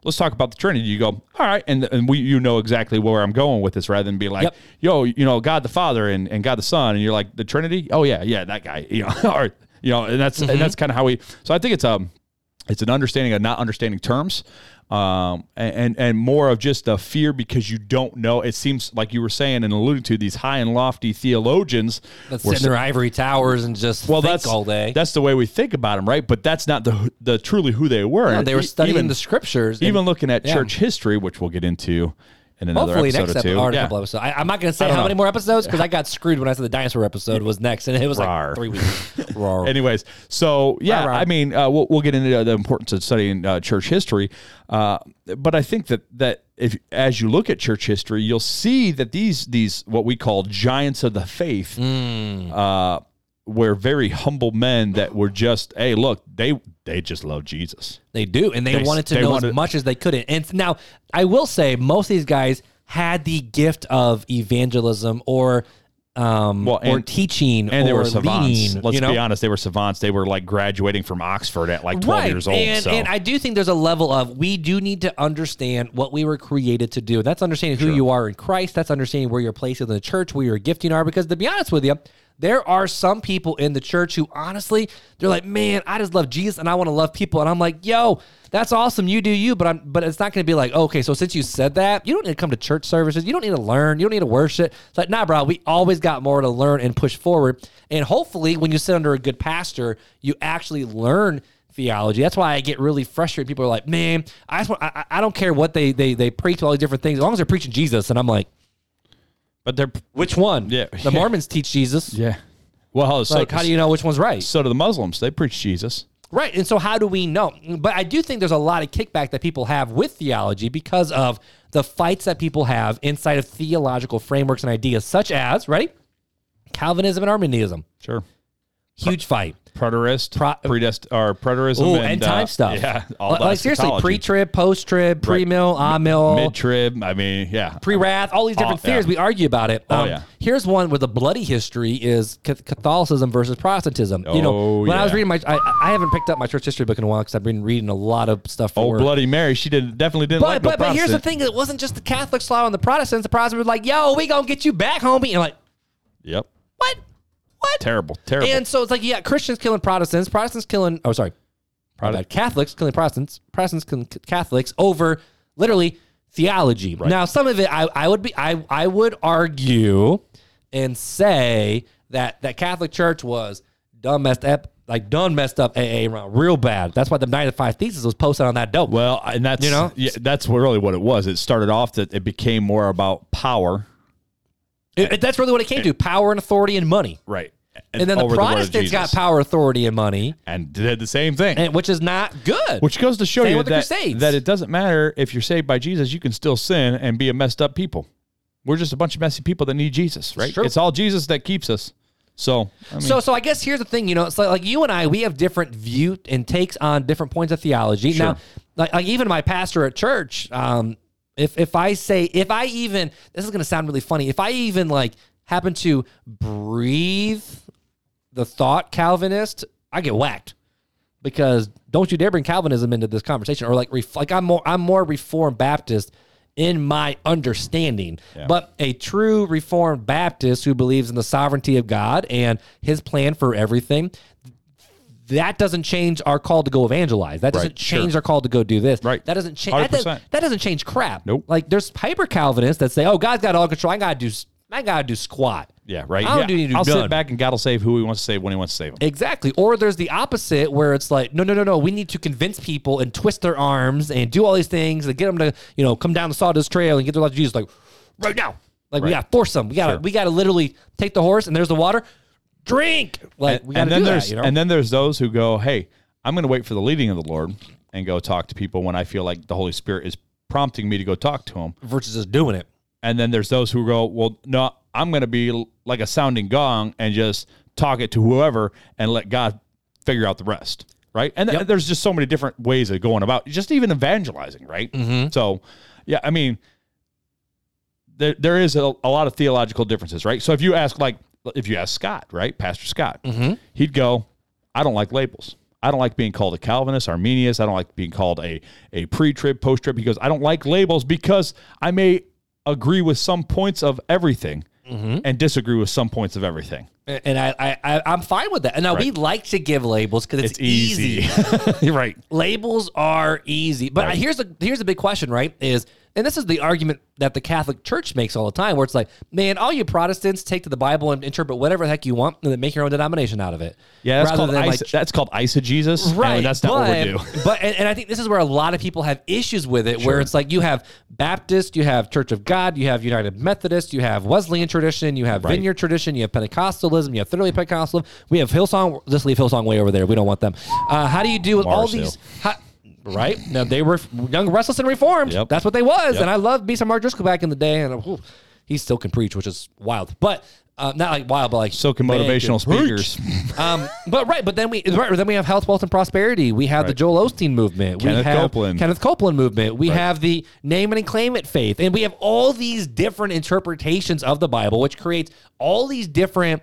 [SPEAKER 2] let's talk about the Trinity," you go, "All right," and and we you know exactly where I'm going with this, rather than be like,
[SPEAKER 1] Yep.
[SPEAKER 2] "Yo, you know, God the Father and, and God the Son," and you're like, "The Trinity? Oh yeah, yeah, that guy." *laughs* You know, or you know, and that's
[SPEAKER 1] Mm-hmm.
[SPEAKER 2] and that's kind of how we. So I think it's um, it's an understanding of not understanding terms um, and, and and more of just a fear because you don't know it seems like you were saying and alluding to these high and lofty theologians
[SPEAKER 1] Let's
[SPEAKER 2] were
[SPEAKER 1] sit in their ivory towers and just
[SPEAKER 2] well,
[SPEAKER 1] think
[SPEAKER 2] that's
[SPEAKER 1] all day.
[SPEAKER 2] That's the way we think about them, right? But that's not the the truly who they were.
[SPEAKER 1] No, they were
[SPEAKER 2] E-
[SPEAKER 1] studying
[SPEAKER 2] even,
[SPEAKER 1] the scriptures. and
[SPEAKER 2] even looking at
[SPEAKER 1] Yeah.
[SPEAKER 2] church history, which we'll get into in another
[SPEAKER 1] hopefully
[SPEAKER 2] episode
[SPEAKER 1] next
[SPEAKER 2] or two.
[SPEAKER 1] episode or in a
[SPEAKER 2] Yeah.
[SPEAKER 1] couple episodes. I, I'm not going to say
[SPEAKER 2] don't
[SPEAKER 1] how
[SPEAKER 2] know.
[SPEAKER 1] many more episodes because I got screwed when I said the dinosaur episode was next, and it was like
[SPEAKER 2] Rawr.
[SPEAKER 1] three
[SPEAKER 2] *laughs*
[SPEAKER 1] weeks. Rawr.
[SPEAKER 2] Anyways, so
[SPEAKER 1] Rah,
[SPEAKER 2] yeah,
[SPEAKER 1] rah.
[SPEAKER 2] I mean, uh, we'll, we'll get into the importance of studying uh, church history, uh, but I think that that if as you look at church history, you'll see that these these what we call giants of the faith
[SPEAKER 1] Mm.
[SPEAKER 2] uh, were very humble men that were just, hey, look, they they just love Jesus.
[SPEAKER 1] They do, and they,
[SPEAKER 2] They-
[SPEAKER 1] wanted to
[SPEAKER 2] they
[SPEAKER 1] know as
[SPEAKER 2] wanted-
[SPEAKER 1] much as they could. And now, I will say, most of these guys had the gift of evangelism or um
[SPEAKER 2] Well,
[SPEAKER 1] or
[SPEAKER 2] and-
[SPEAKER 1] teaching, or
[SPEAKER 2] And they were savants.
[SPEAKER 1] leading,
[SPEAKER 2] Let's
[SPEAKER 1] you know?
[SPEAKER 2] be honest, they were savants. They were like graduating from Oxford at like twelve years old.
[SPEAKER 1] And,
[SPEAKER 2] so
[SPEAKER 1] and I do think there's a level of we do need to understand what we were created to do. That's understanding who you are in Christ. That's understanding where your place is in the church, where your gifting are. Because to be honest with you, there are some people in the church who honestly, they're like, man, I just love Jesus and I want to love people. And I'm like, yo, that's awesome. You do you, but I'm but it's not gonna be like, okay, so since you said that, you don't need to come to church services, you don't need to learn, you don't need to worship. It's like, nah, bro, we always got more to learn and push forward. And hopefully when you sit under a good pastor, you actually learn theology. That's why I get really frustrated. People are like, "Man, I just want, I, I I don't care what they they they preach all these different things as long as they're preaching Jesus." And I'm like,
[SPEAKER 2] but they're
[SPEAKER 1] "Which one?"
[SPEAKER 2] Yeah.
[SPEAKER 1] *laughs* the Mormons teach Jesus.
[SPEAKER 2] yeah. Well, so,
[SPEAKER 1] Like, how do you know which one's right?
[SPEAKER 2] so do the Muslims. They preach Jesus.
[SPEAKER 1] Right. And so, how do we know? But I do think there's a lot of kickback that people have with theology because of the fights that people have inside of theological frameworks and ideas, such as, right? Calvinism and Arminianism.
[SPEAKER 2] Sure.
[SPEAKER 1] Huge fight.
[SPEAKER 2] preterist,
[SPEAKER 1] Pro- uh,
[SPEAKER 2] predest, or preterism,
[SPEAKER 1] Ooh,
[SPEAKER 2] and,
[SPEAKER 1] end time
[SPEAKER 2] uh,
[SPEAKER 1] stuff.
[SPEAKER 2] Yeah, all
[SPEAKER 1] like,
[SPEAKER 2] that
[SPEAKER 1] like, seriously,
[SPEAKER 2] eschatology.
[SPEAKER 1] pre trib, post trib, pre mill, ah mill,
[SPEAKER 2] mid trib. I mean, yeah,
[SPEAKER 1] pre wrath, all these different
[SPEAKER 2] Oh, yeah. Oh,
[SPEAKER 1] theories. We argue about it. Um,
[SPEAKER 2] yeah.
[SPEAKER 1] Here's one where the bloody history is Ca- Catholicism versus Protestantism. you know,
[SPEAKER 2] Oh,
[SPEAKER 1] when I was
[SPEAKER 2] yeah.
[SPEAKER 1] reading my, I, I haven't picked up my church history book in a while because I've been reading a lot of stuff. For
[SPEAKER 2] oh,
[SPEAKER 1] work.
[SPEAKER 2] Bloody Mary. She did definitely didn't
[SPEAKER 1] But
[SPEAKER 2] like
[SPEAKER 1] but,
[SPEAKER 2] no
[SPEAKER 1] but here's the
[SPEAKER 2] Protestant.
[SPEAKER 1] thing: it wasn't just the Catholics slaw on the Protestants. The Protestants were like, "Yo, we gonna get you back, homie," and like,
[SPEAKER 2] Yep,
[SPEAKER 1] what, what?
[SPEAKER 2] terrible, terrible.
[SPEAKER 1] And so it's like, yeah, Christians killing Protestants, Protestants killing, oh sorry, My bad. Catholics killing Protestants, Protestants killing C- Catholics over literally theology. Now, some of it, I, I would be, I, I would argue and say that that Catholic Church was dumb messed up, like done messed up AA around real bad. That's why the nine to five thesis was posted on that dope.
[SPEAKER 2] well, and that's
[SPEAKER 1] You know?
[SPEAKER 2] yeah, that's really what it was. It started off that it became more about power,
[SPEAKER 1] It- it- that's really what it came to: power and authority and money.
[SPEAKER 2] right?
[SPEAKER 1] and then the
[SPEAKER 2] over word of
[SPEAKER 1] Protestants got
[SPEAKER 2] Jesus.
[SPEAKER 1] power, authority, and money,
[SPEAKER 2] and did the same thing.
[SPEAKER 1] and, which is not good.
[SPEAKER 2] which goes to show
[SPEAKER 1] Same
[SPEAKER 2] you
[SPEAKER 1] with the
[SPEAKER 2] that,
[SPEAKER 1] Crusades.
[SPEAKER 2] that it doesn't matter if you're saved by Jesus, you can still sin and be a messed up people. We're just a bunch of messy people that need Jesus, right?
[SPEAKER 1] true.
[SPEAKER 2] It's all Jesus that keeps us. So, I mean,
[SPEAKER 1] so, so I guess here's the thing, you know, it's like, like you and I, we have different view and takes on different points of theology. Now, like, like even my pastor at church, um, if if I say, if I even, this is gonna sound really funny, if I even like happen to breathe the thought Calvinist, I get whacked. because don't you dare bring Calvinism into this conversation or like ref- like I'm more I'm more Reformed Baptist in my understanding. But a true Reformed Baptist who believes in the sovereignty of God and his plan for everything, that doesn't change our call to go evangelize. That doesn't
[SPEAKER 2] Right, sure.
[SPEAKER 1] change our call to go do this.
[SPEAKER 2] Right.
[SPEAKER 1] That doesn't change. That, does,
[SPEAKER 2] 100%.
[SPEAKER 1] that doesn't change crap.
[SPEAKER 2] Nope.
[SPEAKER 1] Like there's hyper Calvinists that say, "Oh, God's got all control. I gotta do. s- I gotta do squat."
[SPEAKER 2] Yeah, right.
[SPEAKER 1] I don't
[SPEAKER 2] yeah.
[SPEAKER 1] do need to do
[SPEAKER 2] I'll
[SPEAKER 1] none.
[SPEAKER 2] sit back and God will save who he wants to save when he wants to save him.
[SPEAKER 1] Exactly. Or there's the opposite where it's like, no, no, no, no. We need to convince people and twist their arms and do all these things and get them to, you know, come down the sawdust trail and get their life to Jesus like right now. Like we
[SPEAKER 2] Right.
[SPEAKER 1] gotta force them. We gotta we gotta literally take the horse and there's the water. Drink. Like we gotta
[SPEAKER 2] and then
[SPEAKER 1] do
[SPEAKER 2] there's
[SPEAKER 1] that, you know?
[SPEAKER 2] and then there's those who go, "Hey, I'm going to wait for the leading of the Lord and go talk to people when I feel like the Holy Spirit is prompting me to go talk to him."
[SPEAKER 1] versus just doing it.
[SPEAKER 2] And then there's those who go, "Well, no, I'm going to be l- like a sounding gong and just talk it to whoever and let God figure out the rest." Right? And th- there's just so many different ways of going about just even evangelizing, right?
[SPEAKER 1] Mm-hmm.
[SPEAKER 2] So, yeah, I mean, there, there is a, a lot of theological differences, right? So if you ask like if you ask Scott, right, Pastor Scott,
[SPEAKER 1] Mm-hmm.
[SPEAKER 2] he'd go, I don't like labels. I don't like being called a Calvinist, Arminius. I don't like being called a a pre-trib, post-trib. He goes, I don't like labels because I may agree with some points of everything
[SPEAKER 1] Mm-hmm.
[SPEAKER 2] and disagree with some points of everything.
[SPEAKER 1] And I, I, I I'm fine with that. And now we like to give labels because it's,
[SPEAKER 2] It's
[SPEAKER 1] easy.
[SPEAKER 2] easy. *laughs* You're right.
[SPEAKER 1] labels are easy but here's the here's the big question right is and this is the argument that the catholic church makes all the time where it's like man all you protestants take to the bible and interpret whatever the heck you want and then make your own denomination out of it
[SPEAKER 2] Yeah, that's
[SPEAKER 1] rather
[SPEAKER 2] called
[SPEAKER 1] than
[SPEAKER 2] ice,
[SPEAKER 1] like
[SPEAKER 2] that's called eisegesis.
[SPEAKER 1] Right.
[SPEAKER 2] and that's not
[SPEAKER 1] but,
[SPEAKER 2] what we do.
[SPEAKER 1] *laughs* but and, and I think this is where a lot of people have issues with it, where it's like you have Baptist, you have Church of God, you have United Methodist, you have Wesleyan tradition, you have Vineyard tradition, you have Pentecostalism, you have thoroughly Pentecostalism, we have Hillsong. Just leave Hillsong way over there. We don't want them. Uh, how do you deal with all
[SPEAKER 2] Mars Hill.
[SPEAKER 1] these? How, right now, they were young, restless, and reformed.
[SPEAKER 2] Yep.
[SPEAKER 1] That's what they was. And I loved me some Mark Driscoll back in the day, and uh, whew, he still can preach, which is wild. But uh, not like wild, but like
[SPEAKER 2] So can
[SPEAKER 1] man can
[SPEAKER 2] motivational
[SPEAKER 1] preach.
[SPEAKER 2] speakers.
[SPEAKER 1] Um, but right, but then we right, then we have health, wealth, and prosperity. We have the Joel Osteen movement. we
[SPEAKER 2] Kenneth
[SPEAKER 1] have
[SPEAKER 2] Copeland.
[SPEAKER 1] Kenneth Copeland movement. We have the name it and claim it faith, and we have all these different interpretations of the Bible, which creates all these different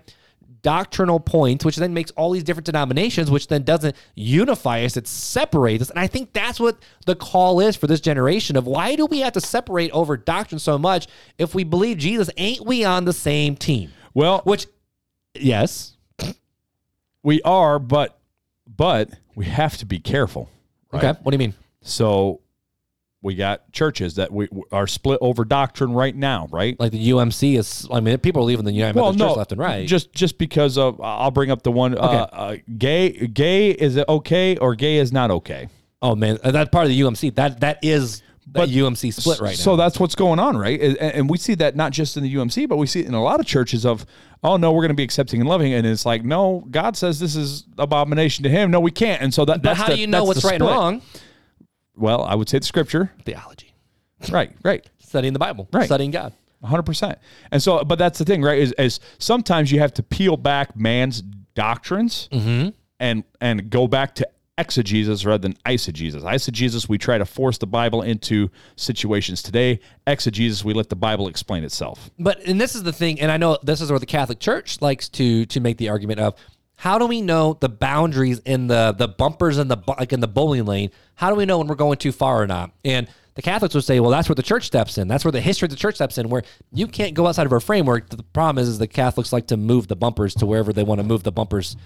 [SPEAKER 1] doctrinal points, which then makes all these different denominations, which then doesn't unify us; it separates us. And I think that's what the call is for this generation: of why do we have to separate over doctrine so much if we believe Jesus? Ain't we on the same team?
[SPEAKER 2] Well,
[SPEAKER 1] Which, yes.
[SPEAKER 2] we are, but but we have to be careful. right?
[SPEAKER 1] Okay. What do you mean?
[SPEAKER 2] So we got churches that we are split over doctrine right now, right?
[SPEAKER 1] like the UMC is. I mean, people are leaving the United Methodist Church left and right.
[SPEAKER 2] Just just because of I'll bring up the one uh, uh, gay gay is it okay or gay is not okay.
[SPEAKER 1] oh man, and that's part of the UMC. That that is
[SPEAKER 2] But-
[SPEAKER 1] that UMC split right
[SPEAKER 2] so
[SPEAKER 1] now.
[SPEAKER 2] that's what's going on, right? And, and we see that not just in the UMC, but we see it in a lot of churches of, oh no, we're going to be accepting and loving, and it's like, no, God says this is abomination to Him. No, we can't. And so
[SPEAKER 1] But
[SPEAKER 2] that. that's
[SPEAKER 1] how
[SPEAKER 2] the-
[SPEAKER 1] do you know
[SPEAKER 2] that's
[SPEAKER 1] what's
[SPEAKER 2] the
[SPEAKER 1] right and
[SPEAKER 2] split.
[SPEAKER 1] wrong?
[SPEAKER 2] Well, I would say the Scripture.
[SPEAKER 1] Theology,
[SPEAKER 2] Right, right.
[SPEAKER 1] studying the Bible,
[SPEAKER 2] Right.
[SPEAKER 1] studying God.
[SPEAKER 2] 100% and so but that's the thing right is, is sometimes you have to peel back man's doctrines and and go back to exegesis rather than eisegesis eisegesis we try to force the bible into situations today exegesis we let the bible explain itself
[SPEAKER 1] But and this is the thing, and I know this is where the Catholic Church likes to to make the argument of how do we know the boundaries in the the bumpers and the bu- like in the bowling lane? How do we know when we're going too far or not? And the Catholics would say, well, that's where the church steps in. That's where the history of the church steps in, where you can't go outside of our framework. The problem is, is the Catholics like to move the bumpers to wherever they want to move the bumpers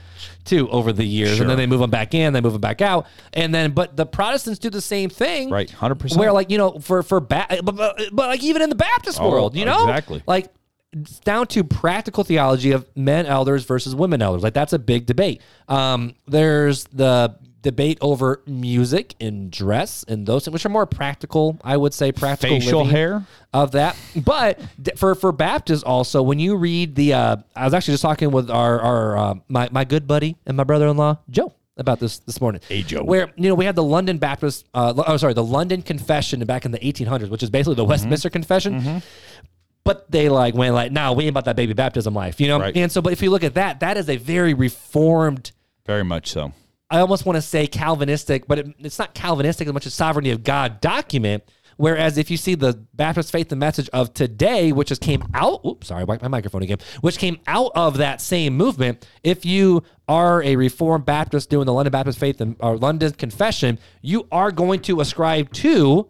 [SPEAKER 1] to over the years, and then they move them back in, they move them back out, and then but the Protestants do the same thing,
[SPEAKER 2] Right, 100%.
[SPEAKER 1] Where like you know for for ba- but, but, but like even in the Baptist world, you know,
[SPEAKER 2] Oh, exactly.
[SPEAKER 1] like it's down to practical theology of men elders versus women elders. Like that's a big debate. Um, there's the debate over music and dress and those things, which are more practical. I would say practical
[SPEAKER 2] Facial
[SPEAKER 1] living
[SPEAKER 2] hair?
[SPEAKER 1] of that. But d- for for Baptists also, when you read the, uh, I was actually just talking with our our uh, my my good buddy and my brother in law Joe about this this morning.
[SPEAKER 2] Hey, Joe.
[SPEAKER 1] Where you know we had the London Baptist, uh, lo- oh sorry, the London Confession back in the 1800s, which is basically
[SPEAKER 2] Mm-hmm.
[SPEAKER 1] the Westminster Confession but they like went like, nah, we ain't about that baby baptism life, you know.
[SPEAKER 2] Right.
[SPEAKER 1] And so, but if you look at that, that is a very reformed.
[SPEAKER 2] very much so
[SPEAKER 1] I almost want to say Calvinistic, but it, it's not Calvinistic as much as sovereignty of God document. Whereas if you see the Baptist faith and message of today, which just came out, oops, sorry, wiped my microphone again, which came out of that same movement. If you are a Reformed Baptist doing the London Baptist faith and or London Confession, you are going to ascribe to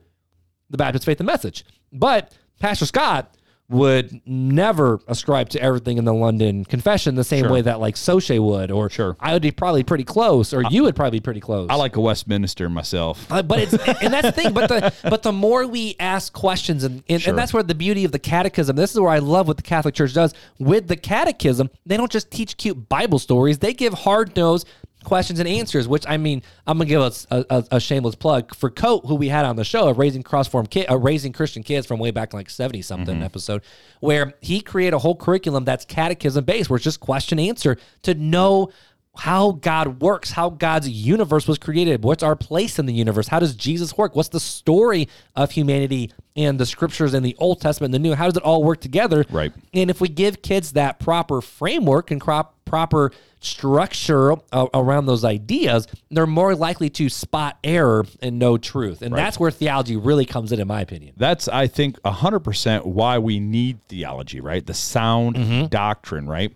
[SPEAKER 1] the Baptist faith and message. But Pastor Scott would never ascribe to everything in the London Confession the same way that like Soche would, or
[SPEAKER 2] Sure.
[SPEAKER 1] I would be probably pretty close, or you would probably be pretty close.
[SPEAKER 2] I like a Westminster myself.
[SPEAKER 1] Uh, but it's and that's the thing. But the but the more we ask questions, and and, and that's where the beauty of the catechism. This is where I love what the Catholic Church does with the catechism. They don't just teach cute Bible stories. They give hard nosed questions and answers. Which I mean, I'm gonna give us a, a, a shameless plug for Coat, who we had on the show, a raising cross-form kid, uh, raising Christian kids from way back in like 70 something
[SPEAKER 2] Mm-hmm.
[SPEAKER 1] episode, where he created a whole curriculum that's catechism based, where it's just question answer to know how God works, how God's universe was created, what's our place in the universe, how does Jesus work, what's the story of humanity and the scriptures in the Old Testament and the New, how does it all work together?
[SPEAKER 2] Right.
[SPEAKER 1] And if we give kids that proper framework and crop, proper structure uh, around those ideas, they're more likely to spot error and know truth. And that's where theology really comes in, in my opinion.
[SPEAKER 2] That's, I think, 100% why we need theology, right? The sound
[SPEAKER 1] Mm-hmm.
[SPEAKER 2] doctrine, right?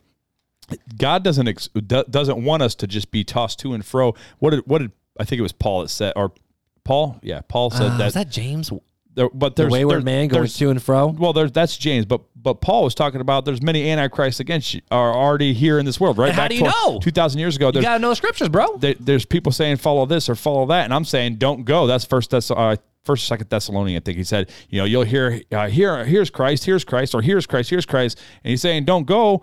[SPEAKER 2] God doesn't ex- do- doesn't want us to just be tossed to and fro. What did what did I think it was Paul that said or Paul? Yeah, Paul said
[SPEAKER 1] Uh,
[SPEAKER 2] that,
[SPEAKER 1] is that James,
[SPEAKER 2] there- But
[SPEAKER 1] the
[SPEAKER 2] there's
[SPEAKER 1] wayward
[SPEAKER 2] there's-
[SPEAKER 1] man going
[SPEAKER 2] there's-
[SPEAKER 1] to and fro?
[SPEAKER 2] well, there's that's James, but but Paul was talking about there's many antichrists against you are already here in this world, right?
[SPEAKER 1] And how do you know?
[SPEAKER 2] two thousand years ago?
[SPEAKER 1] You
[SPEAKER 2] There's
[SPEAKER 1] got to know the scriptures, bro.
[SPEAKER 2] there, there's people saying follow this or follow that, and I'm saying don't go. That's first Thess- uh, first second Thessalonian. I think he said, you know, you'll hear uh, here here's Christ, here's Christ, or here's Christ, here's Christ, and he's saying don't go.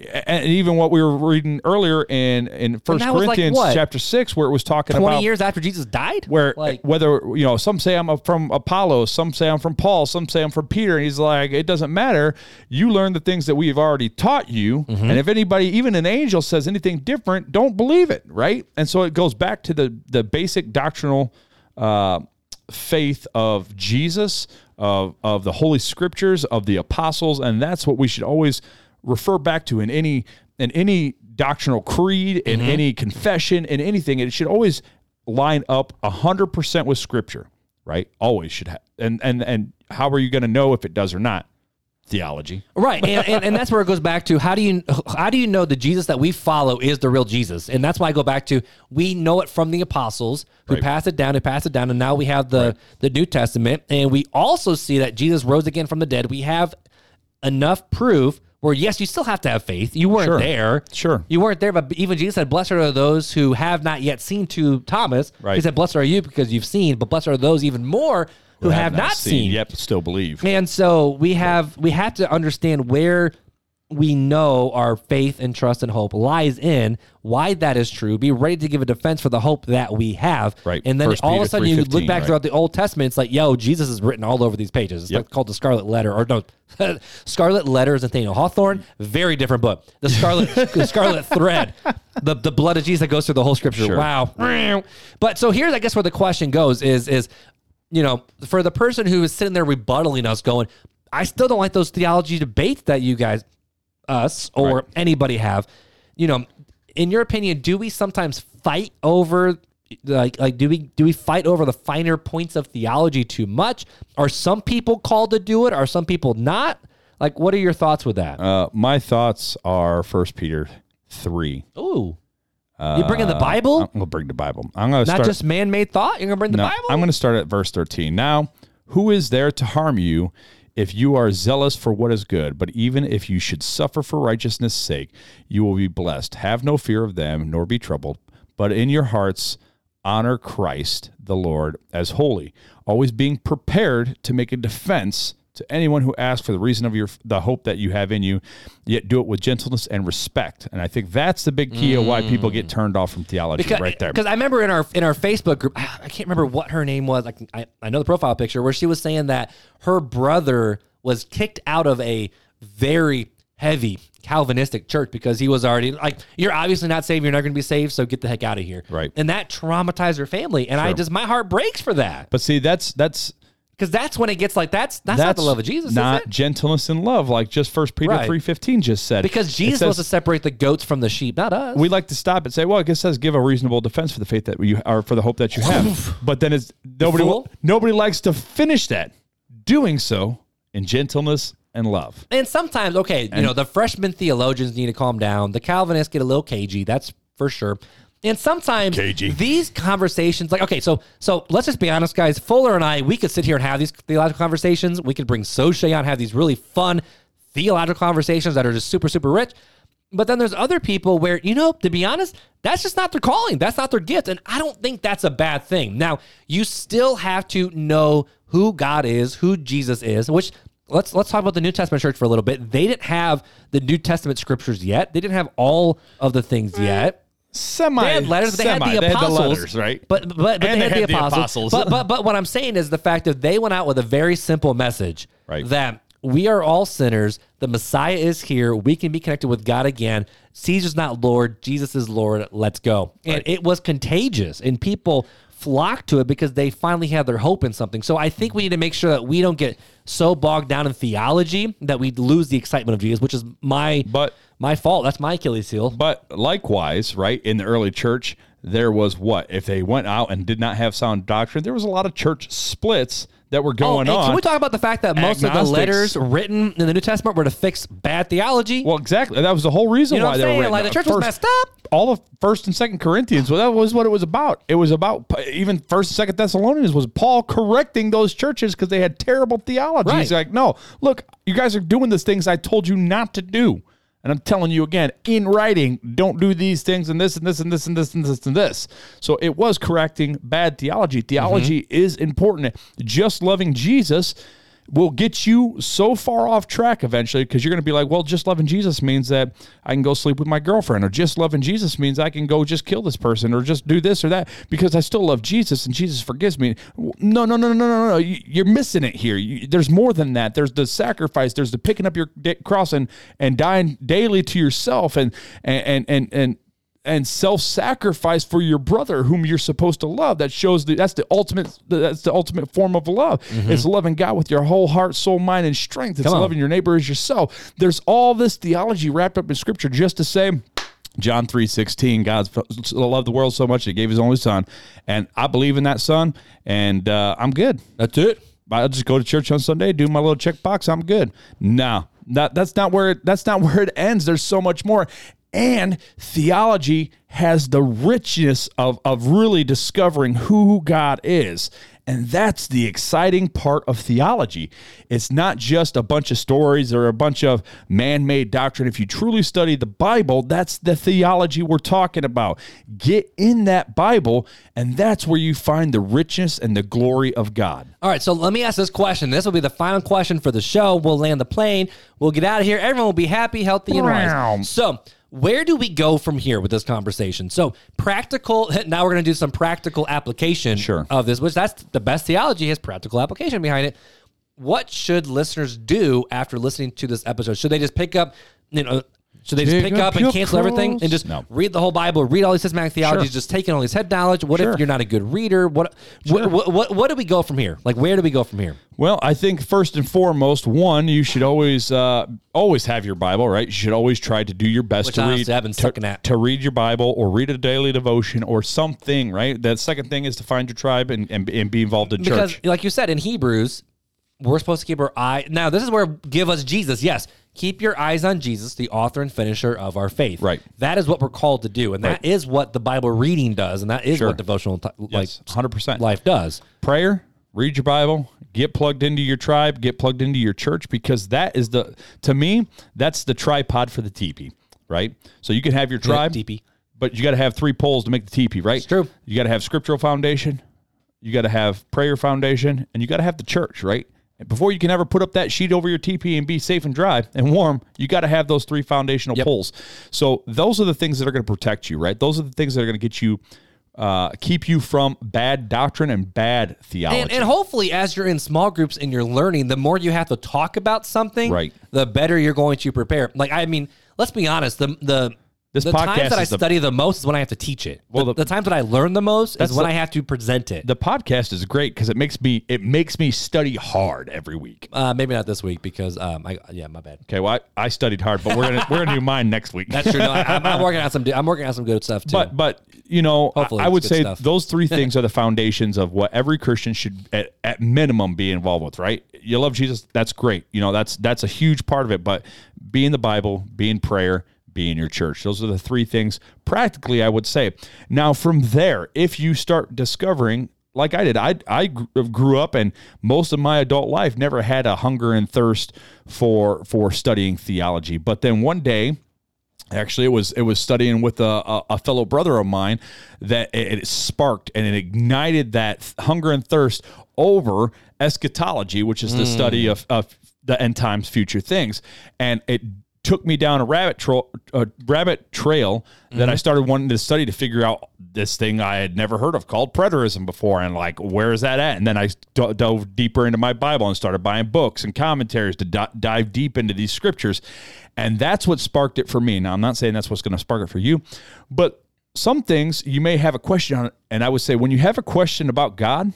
[SPEAKER 2] A- And even what we were reading earlier in in First
[SPEAKER 1] that was like
[SPEAKER 2] Corinthians
[SPEAKER 1] what?
[SPEAKER 2] chapter six, where it was talking
[SPEAKER 1] 20
[SPEAKER 2] about
[SPEAKER 1] years after Jesus died?
[SPEAKER 2] where
[SPEAKER 1] like,
[SPEAKER 2] whether you know some say I'm a- from Apollo, some say I'm from Paul, some say I'm from Peter, and he's like, it doesn't matter. You learn the things that we've already taught you, and if anybody, even an angel, says anything different, don't believe it, right? And so it goes back to the the basic doctrinal uh, faith of Jesus, of of the Holy Scriptures, of the apostles, and that's what we should always refer back to in any in any doctrinal creed, in
[SPEAKER 1] Mm-hmm.
[SPEAKER 2] any confession, in anything. It should always line up 100% with scripture right always should have and and and how are you going to know if it does or not theology
[SPEAKER 1] right and, and, and that's where it goes back to how do you how do you know the jesus that we follow is the real jesus and that's why i go back to we know it from the apostles who passed it down who passed it down and now we have the the new testament and we also see that jesus rose again from the dead we have enough proof where yes you still have to have faith you weren't
[SPEAKER 2] Sure.
[SPEAKER 1] there
[SPEAKER 2] Sure.
[SPEAKER 1] you weren't there but even jesus said blessed are those who have not yet seen to thomas he
[SPEAKER 2] Right.
[SPEAKER 1] said blessed are you because you've seen but blessed are those even more who have, not, seen
[SPEAKER 2] yet but still believe
[SPEAKER 1] and so we have we have to understand where we know our faith and trust and hope lies in why that is true. Be ready to give a defense for the hope that we have.
[SPEAKER 2] Right.
[SPEAKER 1] And then
[SPEAKER 2] First
[SPEAKER 1] all of
[SPEAKER 2] Peter
[SPEAKER 1] a sudden you look
[SPEAKER 2] 3:15,
[SPEAKER 1] back
[SPEAKER 2] right.
[SPEAKER 1] throughout the Old Testament, it's like, yo, Jesus is written all over these pages. It's
[SPEAKER 2] Yep.
[SPEAKER 1] like called the Scarlet Letter or no *laughs* Scarlet Letter is Nathaniel Hawthorne, very different book. The Scarlet the Scarlet Thread. The the blood of Jesus that goes through the whole scripture. Wow. But so here's I guess where the question goes is is you know, for the person who is sitting there rebuttaling us, going, I still don't like those theology debates that you guys, us, or
[SPEAKER 2] Right.
[SPEAKER 1] anybody have. You know, in your opinion, do we sometimes fight over? Like, like, do we do we fight over the finer points of theology too much? Are some people called to do it? Are some people not? Like, what are your thoughts with that?
[SPEAKER 2] uh, my thoughts are first peter 3
[SPEAKER 1] Ooh, you bring in the Bible,
[SPEAKER 2] uh, i'm going to bring the bible i'm going to
[SPEAKER 1] Oh. not
[SPEAKER 2] start
[SPEAKER 1] just man-made thought. You're gonna bring the
[SPEAKER 2] No,
[SPEAKER 1] Bible.
[SPEAKER 2] I'm going to start at verse 13. Now, who is there to harm you if you are zealous for what is good? But even if you should suffer for righteousness' sake, you will be blessed. Have no fear of them, nor be troubled, but in your hearts honor Christ the Lord as holy, always being prepared to make a defense to anyone who asks for the reason of your the hope that you have in you yet do it with gentleness and respect and i think that's the big key of why people get turned off from theology right there
[SPEAKER 1] Mm. Because I remember in our in our Facebook group, I can't remember what her name was. I, can, I I know the profile picture where she was saying that her brother was kicked out of a very heavy Calvinistic church because he was already like, you're obviously not saved. You're not going to be saved. So get the heck out of here.
[SPEAKER 2] Right.
[SPEAKER 1] And that traumatized her family. And I just my heart breaks for that
[SPEAKER 2] but see that's that's
[SPEAKER 1] because that's when it gets like that's that's, not the love of Jesus,
[SPEAKER 2] not
[SPEAKER 1] is it?
[SPEAKER 2] gentleness and love, like just First Peter
[SPEAKER 1] Right.
[SPEAKER 2] three fifteen just said.
[SPEAKER 1] Because
[SPEAKER 2] It
[SPEAKER 1] Jesus
[SPEAKER 2] says-
[SPEAKER 1] was to separate the goats from the sheep, not us.
[SPEAKER 2] we like to stop and say, well, I guess it says give a reasonable defense for the faith that you are for the hope that you have. but then it's nobody
[SPEAKER 1] fool.
[SPEAKER 2] nobody likes to finish that. Doing so in gentleness and love.
[SPEAKER 1] And sometimes, okay, you know, the freshman theologians need to calm down. The Calvinists get a little cagey, that's for sure. And sometimes
[SPEAKER 2] Cagey.
[SPEAKER 1] these conversations, like okay, so so let's just be honest, guys. Fuller and I, we could sit here and have these theological conversations. We could bring Soche on, have these really fun theological conversations that are just super super rich. But then there's other people where you know, to be honest, that's just not their calling. That's not their gift, and I don't think that's a bad thing. Now you still have to know who God is, who Jesus is, which let's let's talk about the New Testament church for a little bit. They didn't have the New Testament scriptures yet. They didn't have all of the things yet.
[SPEAKER 2] Semi.
[SPEAKER 1] They had letters, but they
[SPEAKER 2] semi.
[SPEAKER 1] had the apostles,
[SPEAKER 2] letters, right?
[SPEAKER 1] But but, but they,
[SPEAKER 2] And
[SPEAKER 1] had, the apostles. but but but what I'm saying is the fact that they went out with a very simple message,
[SPEAKER 2] Right.
[SPEAKER 1] That we are all sinners. The Messiah is here. We can be connected with God again. Caesar's not Lord. Jesus is Lord. Let's go. And it was contagious, and people flocked to it because they finally had their hope in something. So I think we need to make sure that we don't get so bogged down in theology that we lose the excitement of Jesus, which is my
[SPEAKER 2] But-
[SPEAKER 1] my fault. That's my Achilles heel.
[SPEAKER 2] But likewise, right, in the early church, there was what? If they went out and did not have sound doctrine, there was a lot of church splits that were going
[SPEAKER 1] and
[SPEAKER 2] on.
[SPEAKER 1] Oh, Can we talk about the fact that most of the
[SPEAKER 2] Agnostics.
[SPEAKER 1] letters written in the New Testament were to fix bad theology?
[SPEAKER 2] well, exactly. That was the whole reason
[SPEAKER 1] you know
[SPEAKER 2] why
[SPEAKER 1] what I'm
[SPEAKER 2] they were
[SPEAKER 1] saying?
[SPEAKER 2] written.
[SPEAKER 1] Like the church was
[SPEAKER 2] First-
[SPEAKER 1] messed up.
[SPEAKER 2] All of First and Second Corinthians, well, that was what it was about. It was about even First and Second Thessalonians was Paul correcting those churches because they had terrible theology.
[SPEAKER 1] Right.
[SPEAKER 2] He's like, no, look, you guys are doing these things I told you not to do, and I'm telling you again in writing, don't do these things and this and this and this and this and this and this. So it was correcting bad theology. Theology is important. Just loving Jesus. Will get you so far off track eventually because you're going to be like, well, just loving Jesus means that I can go sleep with my girlfriend, or just loving Jesus means I can go just kill this person, or just do this or that because I still love Jesus and Jesus forgives me. No, no, no, no, no, no, no. You- You're missing it here. You, there's more than that. There's the sacrifice. There's the picking up your da- cross and and dying daily to yourself and and and and. and and self-sacrifice for your brother whom you're supposed to love that shows the, that's the ultimate that's the ultimate form of love it's loving god with your whole heart soul mind and strength it's
[SPEAKER 1] Mm-hmm. Come on.
[SPEAKER 2] loving your neighbor as yourself there's all this theology wrapped up in scripture just to say john 3.16 god loved the world so much that he gave his only son and i believe in that son and uh, i'm good
[SPEAKER 1] That's it.
[SPEAKER 2] I'll just go to church on Sunday, do my little check box, I'm good. No, that that's not where it, that's not *laughs* where it ends. There's so much more. And theology has the richness of of really discovering who God is. And that's the exciting part of theology. It's not just a bunch of stories or a bunch of man made doctrine. If you truly study the Bible, that's the theology we're talking about. Get in that Bible, and that's where you find the richness and the glory of God.
[SPEAKER 1] All right, so let me ask this question. This will be the final question for the show. We'll land the plane. We'll get out of here. Everyone will be happy, healthy, and
[SPEAKER 2] Wow.
[SPEAKER 1] wise. So, where do we go from here with this conversation? So, practical. *laughs* Now we're going to do some practical application
[SPEAKER 2] Sure.
[SPEAKER 1] of this, which that's the best theology has practical application behind it. What should listeners do after listening to this episode? Should they just pick up, you know? Should they just pick
[SPEAKER 2] Pick up
[SPEAKER 1] up and
[SPEAKER 2] your
[SPEAKER 1] cancel everything
[SPEAKER 2] cross?
[SPEAKER 1] and just
[SPEAKER 2] No.
[SPEAKER 1] read the whole Bible, read all these systematic theologies, just taking all these head knowledge? What
[SPEAKER 2] Sure.
[SPEAKER 1] if you're not a good reader? What, what, what, what, what do we go from here? Like, where do we go from here?
[SPEAKER 2] Well, I think first and foremost, one, you should always uh, always have your Bible, right? You should always try to do your best
[SPEAKER 1] Which
[SPEAKER 2] to read
[SPEAKER 1] honestly I've been
[SPEAKER 2] to,
[SPEAKER 1] sucking at.
[SPEAKER 2] to read your Bible or read a daily devotion or something, right? That second thing is to find your tribe and, and, and be involved in
[SPEAKER 1] Because,
[SPEAKER 2] church.
[SPEAKER 1] like you said, in Hebrews, we're supposed to keep our eye. Now, this is where give us Jesus. Yes, keep your eyes on Jesus, the author and finisher of our faith.
[SPEAKER 2] Right.
[SPEAKER 1] That is what we're called to do, and that is what the Bible reading does, and that is what devotional t- like
[SPEAKER 2] Yes, 100%.
[SPEAKER 1] life does.
[SPEAKER 2] prayer, read your Bible, get plugged into your tribe, get plugged into your church because that is the to me that's the tripod for the teepee, right? So you can have your tribe
[SPEAKER 1] teepee.
[SPEAKER 2] but you got to have three poles to make the teepee, right? It's
[SPEAKER 1] true.
[SPEAKER 2] You got to have scriptural foundation, you got to have prayer foundation, and you got to have the church, right? And Before you can ever put up that sheet over your teepee and be safe and dry and warm, you got to have those three foundational poles. So those are the things that are going to protect you, right? Those are the things that are going to get you, uh, keep you from bad doctrine and bad theology.
[SPEAKER 1] And, and hopefully, as you're in small groups and you're learning, the more you have to talk about something,
[SPEAKER 2] Right.
[SPEAKER 1] the better you're going to prepare. Like, I mean, let's be honest. The the
[SPEAKER 2] This
[SPEAKER 1] the
[SPEAKER 2] podcast
[SPEAKER 1] times that I
[SPEAKER 2] is the-
[SPEAKER 1] study the most is when I have to teach it. Well,
[SPEAKER 2] Well, the-
[SPEAKER 1] the, the times that I learn the most is when
[SPEAKER 2] the-
[SPEAKER 1] I have to present it.
[SPEAKER 2] the podcast is great because it makes me it makes me study hard every week.
[SPEAKER 1] Uh, maybe not this week because um, I yeah, my bad.
[SPEAKER 2] Okay, well I, I studied hard, but we're gonna we're gonna do mine
[SPEAKER 1] *laughs*
[SPEAKER 2] next week.
[SPEAKER 1] That's true. No, I, I'm, I'm working on some. I'm working on some good stuff too.
[SPEAKER 2] But but you know, I-
[SPEAKER 1] Hopefully
[SPEAKER 2] I,
[SPEAKER 1] it's
[SPEAKER 2] would
[SPEAKER 1] good
[SPEAKER 2] say
[SPEAKER 1] stuff.
[SPEAKER 2] those
[SPEAKER 1] *laughs*
[SPEAKER 2] three things are the foundations of what every Christian should at, at minimum be involved with. Right? You love Jesus, that's great. You know, that's that's a huge part of it. But be in the Bible, be in prayer, be in your church. Those are the three things, practically, I would say. Now, from there, if you start discovering, like I did, I, I gr- grew up and most of my adult life never had a hunger and thirst for for studying theology. But then one day, actually it was it was studying with a, a, a fellow brother of mine that it, it sparked and it ignited that th- hunger and thirst over eschatology which is the study of, of the end times future things and it took me down a rabbit trail a rabbit trail that I started wanting to study to figure out this thing I had never heard of called preterism before and like where is that at and then I d- dove deeper into my Bible and started buying books and commentaries to di- dive deep into these scriptures and that's what sparked it for me. Now, I'm not saying that's what's going to spark it for you, but some things you may have a question on. And I would say, when you have a question about God,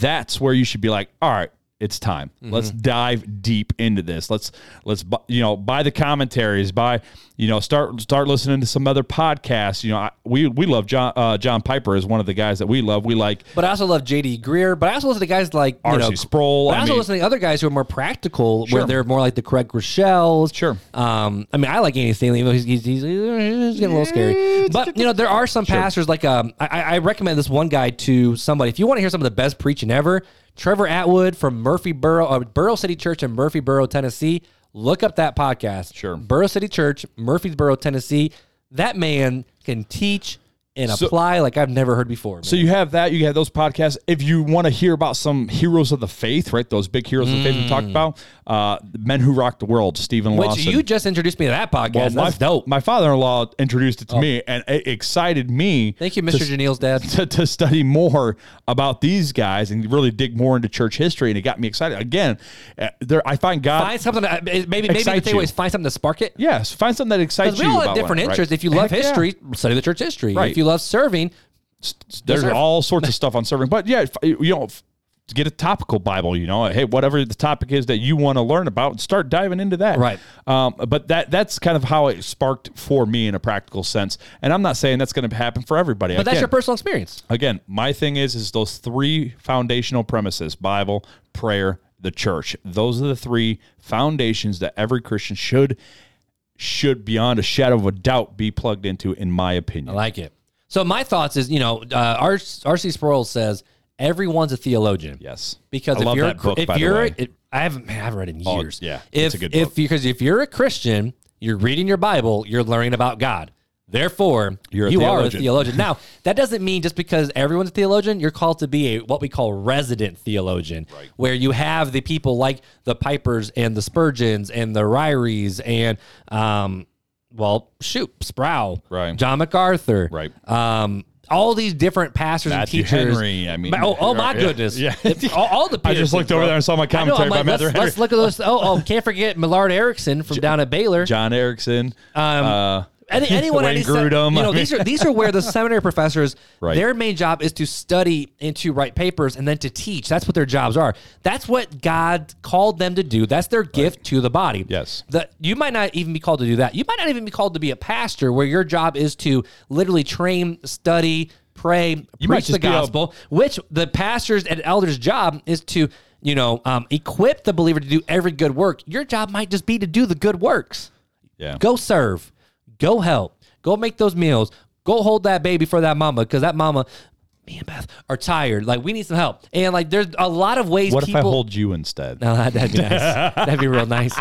[SPEAKER 2] that's where you should be like, all right, it's time.
[SPEAKER 1] Mm-hmm.
[SPEAKER 2] Let's dive deep into this. Let's let's bu- you know buy the commentaries, buy you know start start listening to some other podcasts. You know, I, we we love John uh, John Piper is one of the guys that we love. We like
[SPEAKER 1] But I also love JD Greer. But I also listen to guys like you
[SPEAKER 2] R.C.
[SPEAKER 1] know,
[SPEAKER 2] Sproul.
[SPEAKER 1] But I,
[SPEAKER 2] I
[SPEAKER 1] also
[SPEAKER 2] mean-
[SPEAKER 1] listen to other guys who are more practical,
[SPEAKER 2] Sure.
[SPEAKER 1] where they're more like the Craig Rochelle's.
[SPEAKER 2] Sure.
[SPEAKER 1] Um, I mean, I like Andy Stanley, but he's, he's, he's, he's getting a little scary. But you know, there are some pastors like um, I- I, I recommend this one guy to somebody if you want to hear some of the best preaching ever. Trevor Atwood from Murfreesboro, uh, Burrow City Church in Murfreesboro, Tennessee. Look up that podcast.
[SPEAKER 2] Sure.
[SPEAKER 1] Burrow City Church, Murfreesboro, Tennessee. That man can teach and
[SPEAKER 2] So-
[SPEAKER 1] apply like I've never heard before.
[SPEAKER 2] So you have that, you have those podcasts. If you want to hear about some heroes of the faith, right? Those big heroes of the faith we talked about, uh, the men who rocked the world, Stephen
[SPEAKER 1] Mm. Which
[SPEAKER 2] Lawson.
[SPEAKER 1] you just introduced me to that podcast.
[SPEAKER 2] well, my,
[SPEAKER 1] That's dope. Oh.
[SPEAKER 2] my father-in-law introduced it to me, and it excited me.
[SPEAKER 1] Thank you, Mr.
[SPEAKER 2] to-
[SPEAKER 1] Janiel's dad.
[SPEAKER 2] *laughs* to, to study more about these guys and really dig more into church history, and it got me excited. Again, uh, there I find God.
[SPEAKER 1] Find something. that- Maybe maybe the
[SPEAKER 2] Excite
[SPEAKER 1] takeaway
[SPEAKER 2] you.
[SPEAKER 1] is find something to spark it.
[SPEAKER 2] yes, find something that excites
[SPEAKER 1] Because we
[SPEAKER 2] you.
[SPEAKER 1] all have
[SPEAKER 2] about
[SPEAKER 1] different
[SPEAKER 2] one, right?
[SPEAKER 1] interests. If you love
[SPEAKER 2] Heck yeah.
[SPEAKER 1] history, study the church history.
[SPEAKER 2] Right.
[SPEAKER 1] If you love serving,
[SPEAKER 2] there's
[SPEAKER 1] Deserve.
[SPEAKER 2] all sorts of stuff on serving. But yeah, if- you know, f- get a topical Bible. You know, hey, whatever the topic is that you want to learn about, start diving into that.
[SPEAKER 1] Right.
[SPEAKER 2] Um, but that that's kind of how it sparked for me in a practical sense. And I'm not saying that's going to happen for everybody.
[SPEAKER 1] but that's your personal experience.
[SPEAKER 2] again, my thing is is those three foundational premises: Bible, prayer, the church. Those are the three foundations that every Christian should should beyond a shadow of a doubt be plugged into in my opinion.
[SPEAKER 1] I like it. So my thoughts is, you know, uh, R- R.C. Sproul says everyone's a theologian.
[SPEAKER 2] yes.
[SPEAKER 1] Because
[SPEAKER 2] I
[SPEAKER 1] if
[SPEAKER 2] love
[SPEAKER 1] you're a
[SPEAKER 2] that
[SPEAKER 1] cr-
[SPEAKER 2] book,
[SPEAKER 1] if
[SPEAKER 2] by the
[SPEAKER 1] you're
[SPEAKER 2] way. Oh,
[SPEAKER 1] it, I haven't man, I haven't read it in years.
[SPEAKER 2] yeah,
[SPEAKER 1] If
[SPEAKER 2] it's a good
[SPEAKER 1] if
[SPEAKER 2] book.
[SPEAKER 1] because if you're a Christian, you're reading your Bible, you're learning about God. Therefore,
[SPEAKER 2] You're a
[SPEAKER 1] you are a
[SPEAKER 2] theologian.
[SPEAKER 1] theologian.
[SPEAKER 2] *laughs*
[SPEAKER 1] Now, that doesn't mean just because everyone's a theologian, you're called to be a what we call resident theologian, where you have the people like the Pipers and the Spurgeons and the Ryries and um, well, shoot, Sproul,
[SPEAKER 2] Right.
[SPEAKER 1] John MacArthur,
[SPEAKER 2] Right.
[SPEAKER 1] um, all these different pastors
[SPEAKER 2] Matthew
[SPEAKER 1] and teachers.
[SPEAKER 2] Henry, I mean,
[SPEAKER 1] oh, oh my
[SPEAKER 2] yeah.
[SPEAKER 1] goodness,
[SPEAKER 2] *laughs* Yeah.
[SPEAKER 1] If- *laughs* all, all the
[SPEAKER 2] I
[SPEAKER 1] Petersons,
[SPEAKER 2] just looked over
[SPEAKER 1] bro.
[SPEAKER 2] there and saw my
[SPEAKER 1] I know, I'm
[SPEAKER 2] commentary by
[SPEAKER 1] like,
[SPEAKER 2] Matthew
[SPEAKER 1] let's,
[SPEAKER 2] Henry.
[SPEAKER 1] let's look at those. Oh, oh, can't forget Millard Erickson from down at Baylor.
[SPEAKER 2] John Erickson.
[SPEAKER 1] Um,
[SPEAKER 2] uh, *laughs*
[SPEAKER 1] Any, anyone,
[SPEAKER 2] Wayne
[SPEAKER 1] any se-
[SPEAKER 2] Grudem.
[SPEAKER 1] you know,
[SPEAKER 2] I mean-
[SPEAKER 1] these are these are where the seminary professors,
[SPEAKER 2] *laughs* Right.
[SPEAKER 1] their main job is to study and to write papers and then to teach. That's what their jobs are. That's what God called them to do. That's their gift to the body.
[SPEAKER 2] Yes.
[SPEAKER 1] The, you might not even be called to do that. You might not even be called to be a pastor, where your job is to literally train, study, pray,
[SPEAKER 2] might
[SPEAKER 1] preach the
[SPEAKER 2] just be a-
[SPEAKER 1] gospel. Which the pastors and elders' job is to. You know, um, equip the believer to do every good work. Your job might just be to do the good works
[SPEAKER 2] *laughs* yeah.
[SPEAKER 1] go serve, go help, go make those meals, go hold that baby for that mama because that mama, me and Beth are tired. Like we need some help, and like there's a lot of ways.
[SPEAKER 2] What if
[SPEAKER 1] people, *laughs*
[SPEAKER 2] I hold you instead?
[SPEAKER 1] No, that- that'd be
[SPEAKER 2] *laughs*
[SPEAKER 1] nice. that'd be real nice.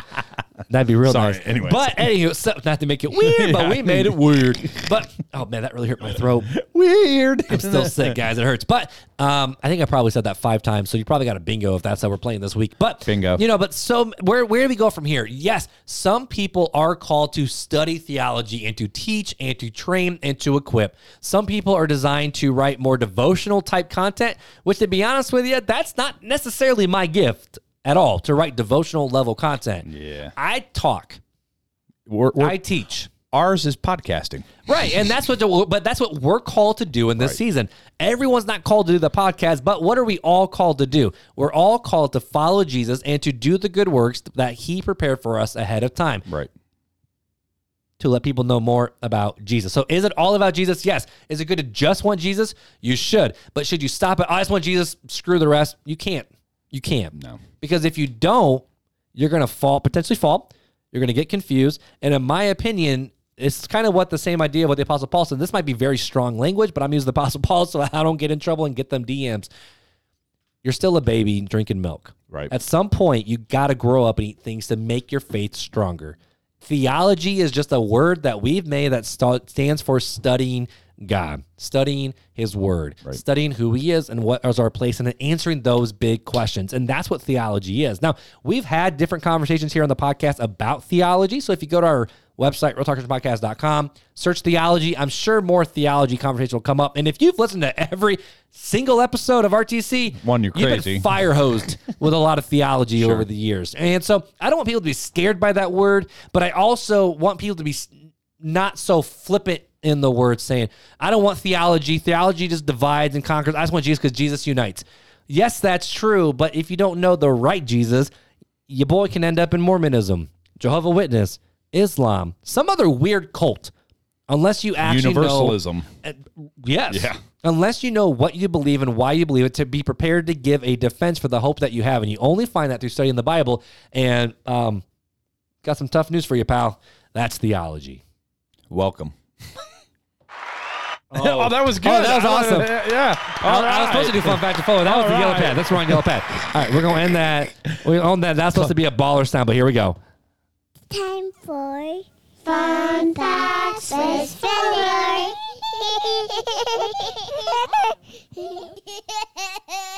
[SPEAKER 1] That'd be real
[SPEAKER 2] Sorry,
[SPEAKER 1] nice.
[SPEAKER 2] anyways.
[SPEAKER 1] but anywho, so, not to make it weird,
[SPEAKER 2] *laughs*
[SPEAKER 1] but we made it weird. *laughs* But oh man, that really hurt my throat.
[SPEAKER 2] Weird.
[SPEAKER 1] I'm still sick, guys. It hurts. But um, I think I probably said that five times, so you probably got a bingo if that's how we're playing this week. But
[SPEAKER 2] Bingo.
[SPEAKER 1] You know, but so where where do we go from here? Yes, some people are called to study theology and to teach and to train and to equip. Some people are designed to write more devotional type content, which to be honest with you, that's not necessarily my gift at all to write devotional level content.
[SPEAKER 2] Yeah.
[SPEAKER 1] I talk.
[SPEAKER 2] We're, we're,
[SPEAKER 1] I teach.
[SPEAKER 2] ours is podcasting.
[SPEAKER 1] Right, and that's what the, but that's what we're called to do in this season. Everyone's not called to do the podcast, but what are we all called to do? We're all called to follow Jesus and to do the good works that he prepared for us ahead of time
[SPEAKER 2] Right.
[SPEAKER 1] to let people know more about Jesus. So is it all about Jesus? Yes. Is it good to just want Jesus? You should. But should you stop at I just want Jesus, screw the rest? You can't. You can't.
[SPEAKER 2] No.
[SPEAKER 1] Because if you don't, you're gonna fall potentially fall. You're gonna get confused. And in my opinion, it's kind of what the same idea of what the Apostle Paul said. This might be very strong language, but I'm using the Apostle *laughs* Paul so I don't get in trouble and get them DMs. You're still a baby drinking milk.
[SPEAKER 2] Right.
[SPEAKER 1] At some point, you got to grow up and eat things to make your faith stronger. Theology is just a word that we've made that st- stands for studying God, studying His Word, studying who He is and what is our place, and then answering those big questions. And that's what theology is. Now, we've had different conversations here on the podcast about theology. So if you go to our website, realtalkerspodcast.com. Search theology. I'm sure more theology conversation will come up. And if you've listened to every single episode of RTC,
[SPEAKER 2] One, you're
[SPEAKER 1] you've been
[SPEAKER 2] crazy.
[SPEAKER 1] fire
[SPEAKER 2] *laughs*
[SPEAKER 1] hosed with a lot of theology over the years. And so I don't want people to be scared by that word, but I also want people to be s- not so flippant in the word saying, I don't want theology. Theology just divides and conquers. I just want Jesus because Jesus unites. Yes, that's true. But if you don't know the right Jesus, your boy can end up in Mormonism, Jehovah Witness, Islam, some other weird cult, unless you actually
[SPEAKER 2] Universalism.
[SPEAKER 1] Know, Uh, yes.
[SPEAKER 2] Yeah.
[SPEAKER 1] Unless you know what you believe and why you believe it, to be prepared to give a defense for the hope that you have, and you only find that through studying the Bible. And um, got some tough news for you, pal. That's theology.
[SPEAKER 2] Welcome. *laughs* *laughs* Oh. that was good.
[SPEAKER 1] Oh, that was
[SPEAKER 2] I-
[SPEAKER 1] awesome.
[SPEAKER 2] Yeah.
[SPEAKER 1] I,
[SPEAKER 2] All
[SPEAKER 1] I was supposed to do
[SPEAKER 2] right.
[SPEAKER 1] fun fact or follow. That was the yellow
[SPEAKER 2] right.
[SPEAKER 1] pad. That's the wrong yellow pad. All right, we're gonna end that. We own that. That's supposed to be a baller sound, but here we go.
[SPEAKER 3] time for fun facts with *laughs* Filler.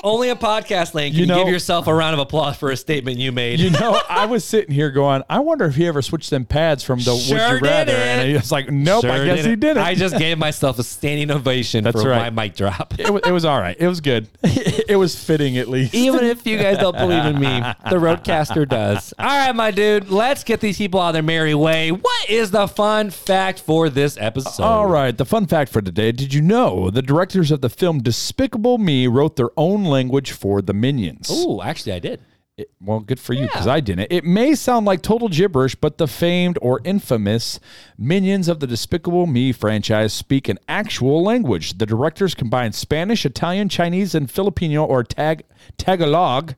[SPEAKER 1] Only a podcast link. Can
[SPEAKER 2] You
[SPEAKER 1] you,
[SPEAKER 2] know-
[SPEAKER 1] give yourself a round of applause for a statement you made.
[SPEAKER 2] *laughs* You know, I was sitting here going, I wonder if he ever switched them pads from
[SPEAKER 1] Sure
[SPEAKER 2] the Would You
[SPEAKER 1] did
[SPEAKER 2] Rather.
[SPEAKER 1] it.
[SPEAKER 2] And he was like, nope, I
[SPEAKER 1] Sure
[SPEAKER 2] guess he did it.
[SPEAKER 1] I just gave myself a standing ovation
[SPEAKER 2] That's
[SPEAKER 1] for
[SPEAKER 2] right.
[SPEAKER 1] my mic drop.
[SPEAKER 2] *laughs* it, was, it was all right. It was *laughs* good. it was fitting, at least.
[SPEAKER 1] Even if you guys don't believe in me, the roadcaster does. All right, my dude, let's get these people on their merry way. What is the fun fact for this episode?
[SPEAKER 2] All right, the fun fact for today. Did you know the directors of the film Despicable Me wrote their own language for the minions?
[SPEAKER 1] Ooh, actually, I did.
[SPEAKER 2] It- well, good for you because I didn't. It may sound like total gibberish, but the famed or infamous minions of the Despicable Me franchise speak an actual language. The directors combined Spanish, Italian, Chinese, and Filipino or Tag Tagalog,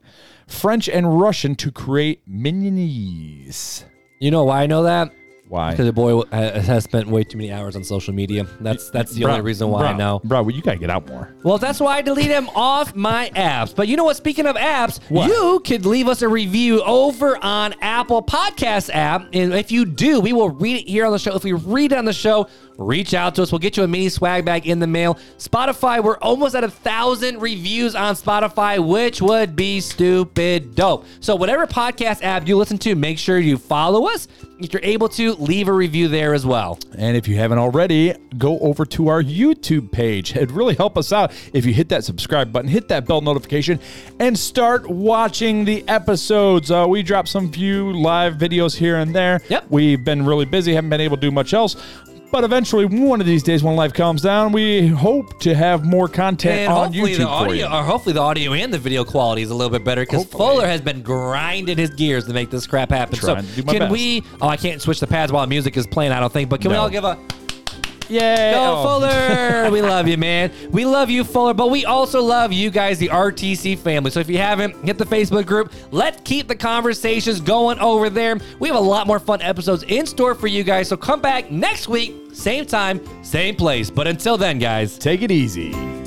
[SPEAKER 2] French, and Russian to create minions.
[SPEAKER 1] You know why I know that?
[SPEAKER 2] Why?
[SPEAKER 1] Because the boy uh, has spent way too many hours on social media. That's that's the only
[SPEAKER 2] Bruh,
[SPEAKER 1] reason why I
[SPEAKER 2] bruh,
[SPEAKER 1] know.
[SPEAKER 2] Bruh, well, you gotta get out more.
[SPEAKER 1] Well, that's why I delete them off my apps. But you know what? Speaking of apps,
[SPEAKER 2] What?
[SPEAKER 1] you could leave us a review over on Apple Podcast app. And if you do, we will read it here on the show. If we read it on the show, reach out to us. We'll get you a mini swag bag in the mail. Spotify, we're almost at a thousand reviews on Spotify, which would be stupid dope. So whatever podcast app you listen to, make sure you follow us. If you're able to, leave a review there as well.
[SPEAKER 2] And if you haven't already, go over to our YouTube page. It'd really help us out if you hit that subscribe button, hit that bell notification, and start watching the episodes. Uh, we drop some few live videos here and there.
[SPEAKER 1] Yep.
[SPEAKER 2] We've been really busy, haven't been able to do much else. But eventually, one of these days, when life calms down, we hope to have more content
[SPEAKER 1] and
[SPEAKER 2] on
[SPEAKER 1] hopefully
[SPEAKER 2] YouTube
[SPEAKER 1] the
[SPEAKER 2] for
[SPEAKER 1] audio,
[SPEAKER 2] you.
[SPEAKER 1] or hopefully the audio and the video quality is a little bit better because
[SPEAKER 2] Hopefully.
[SPEAKER 1] Fuller has been grinding his gears to make this crap happen. So
[SPEAKER 2] Trying to do my
[SPEAKER 1] can
[SPEAKER 2] best.
[SPEAKER 1] we? Oh, I can't switch the pads while music is playing. I don't think, but can we
[SPEAKER 2] No.
[SPEAKER 1] all
[SPEAKER 2] *laughs*
[SPEAKER 1] give a
[SPEAKER 2] Yay!
[SPEAKER 1] go
[SPEAKER 2] Oh.
[SPEAKER 1] Fuller? we love you, man. We love you, Fuller, but we also love you guys, the RTC family. So if you haven't, hit the Facebook group. Let's keep the conversations going over there. We have a lot more fun episodes in store for you guys. So come back next week, same time, same place. But until then, guys.
[SPEAKER 2] Take it easy.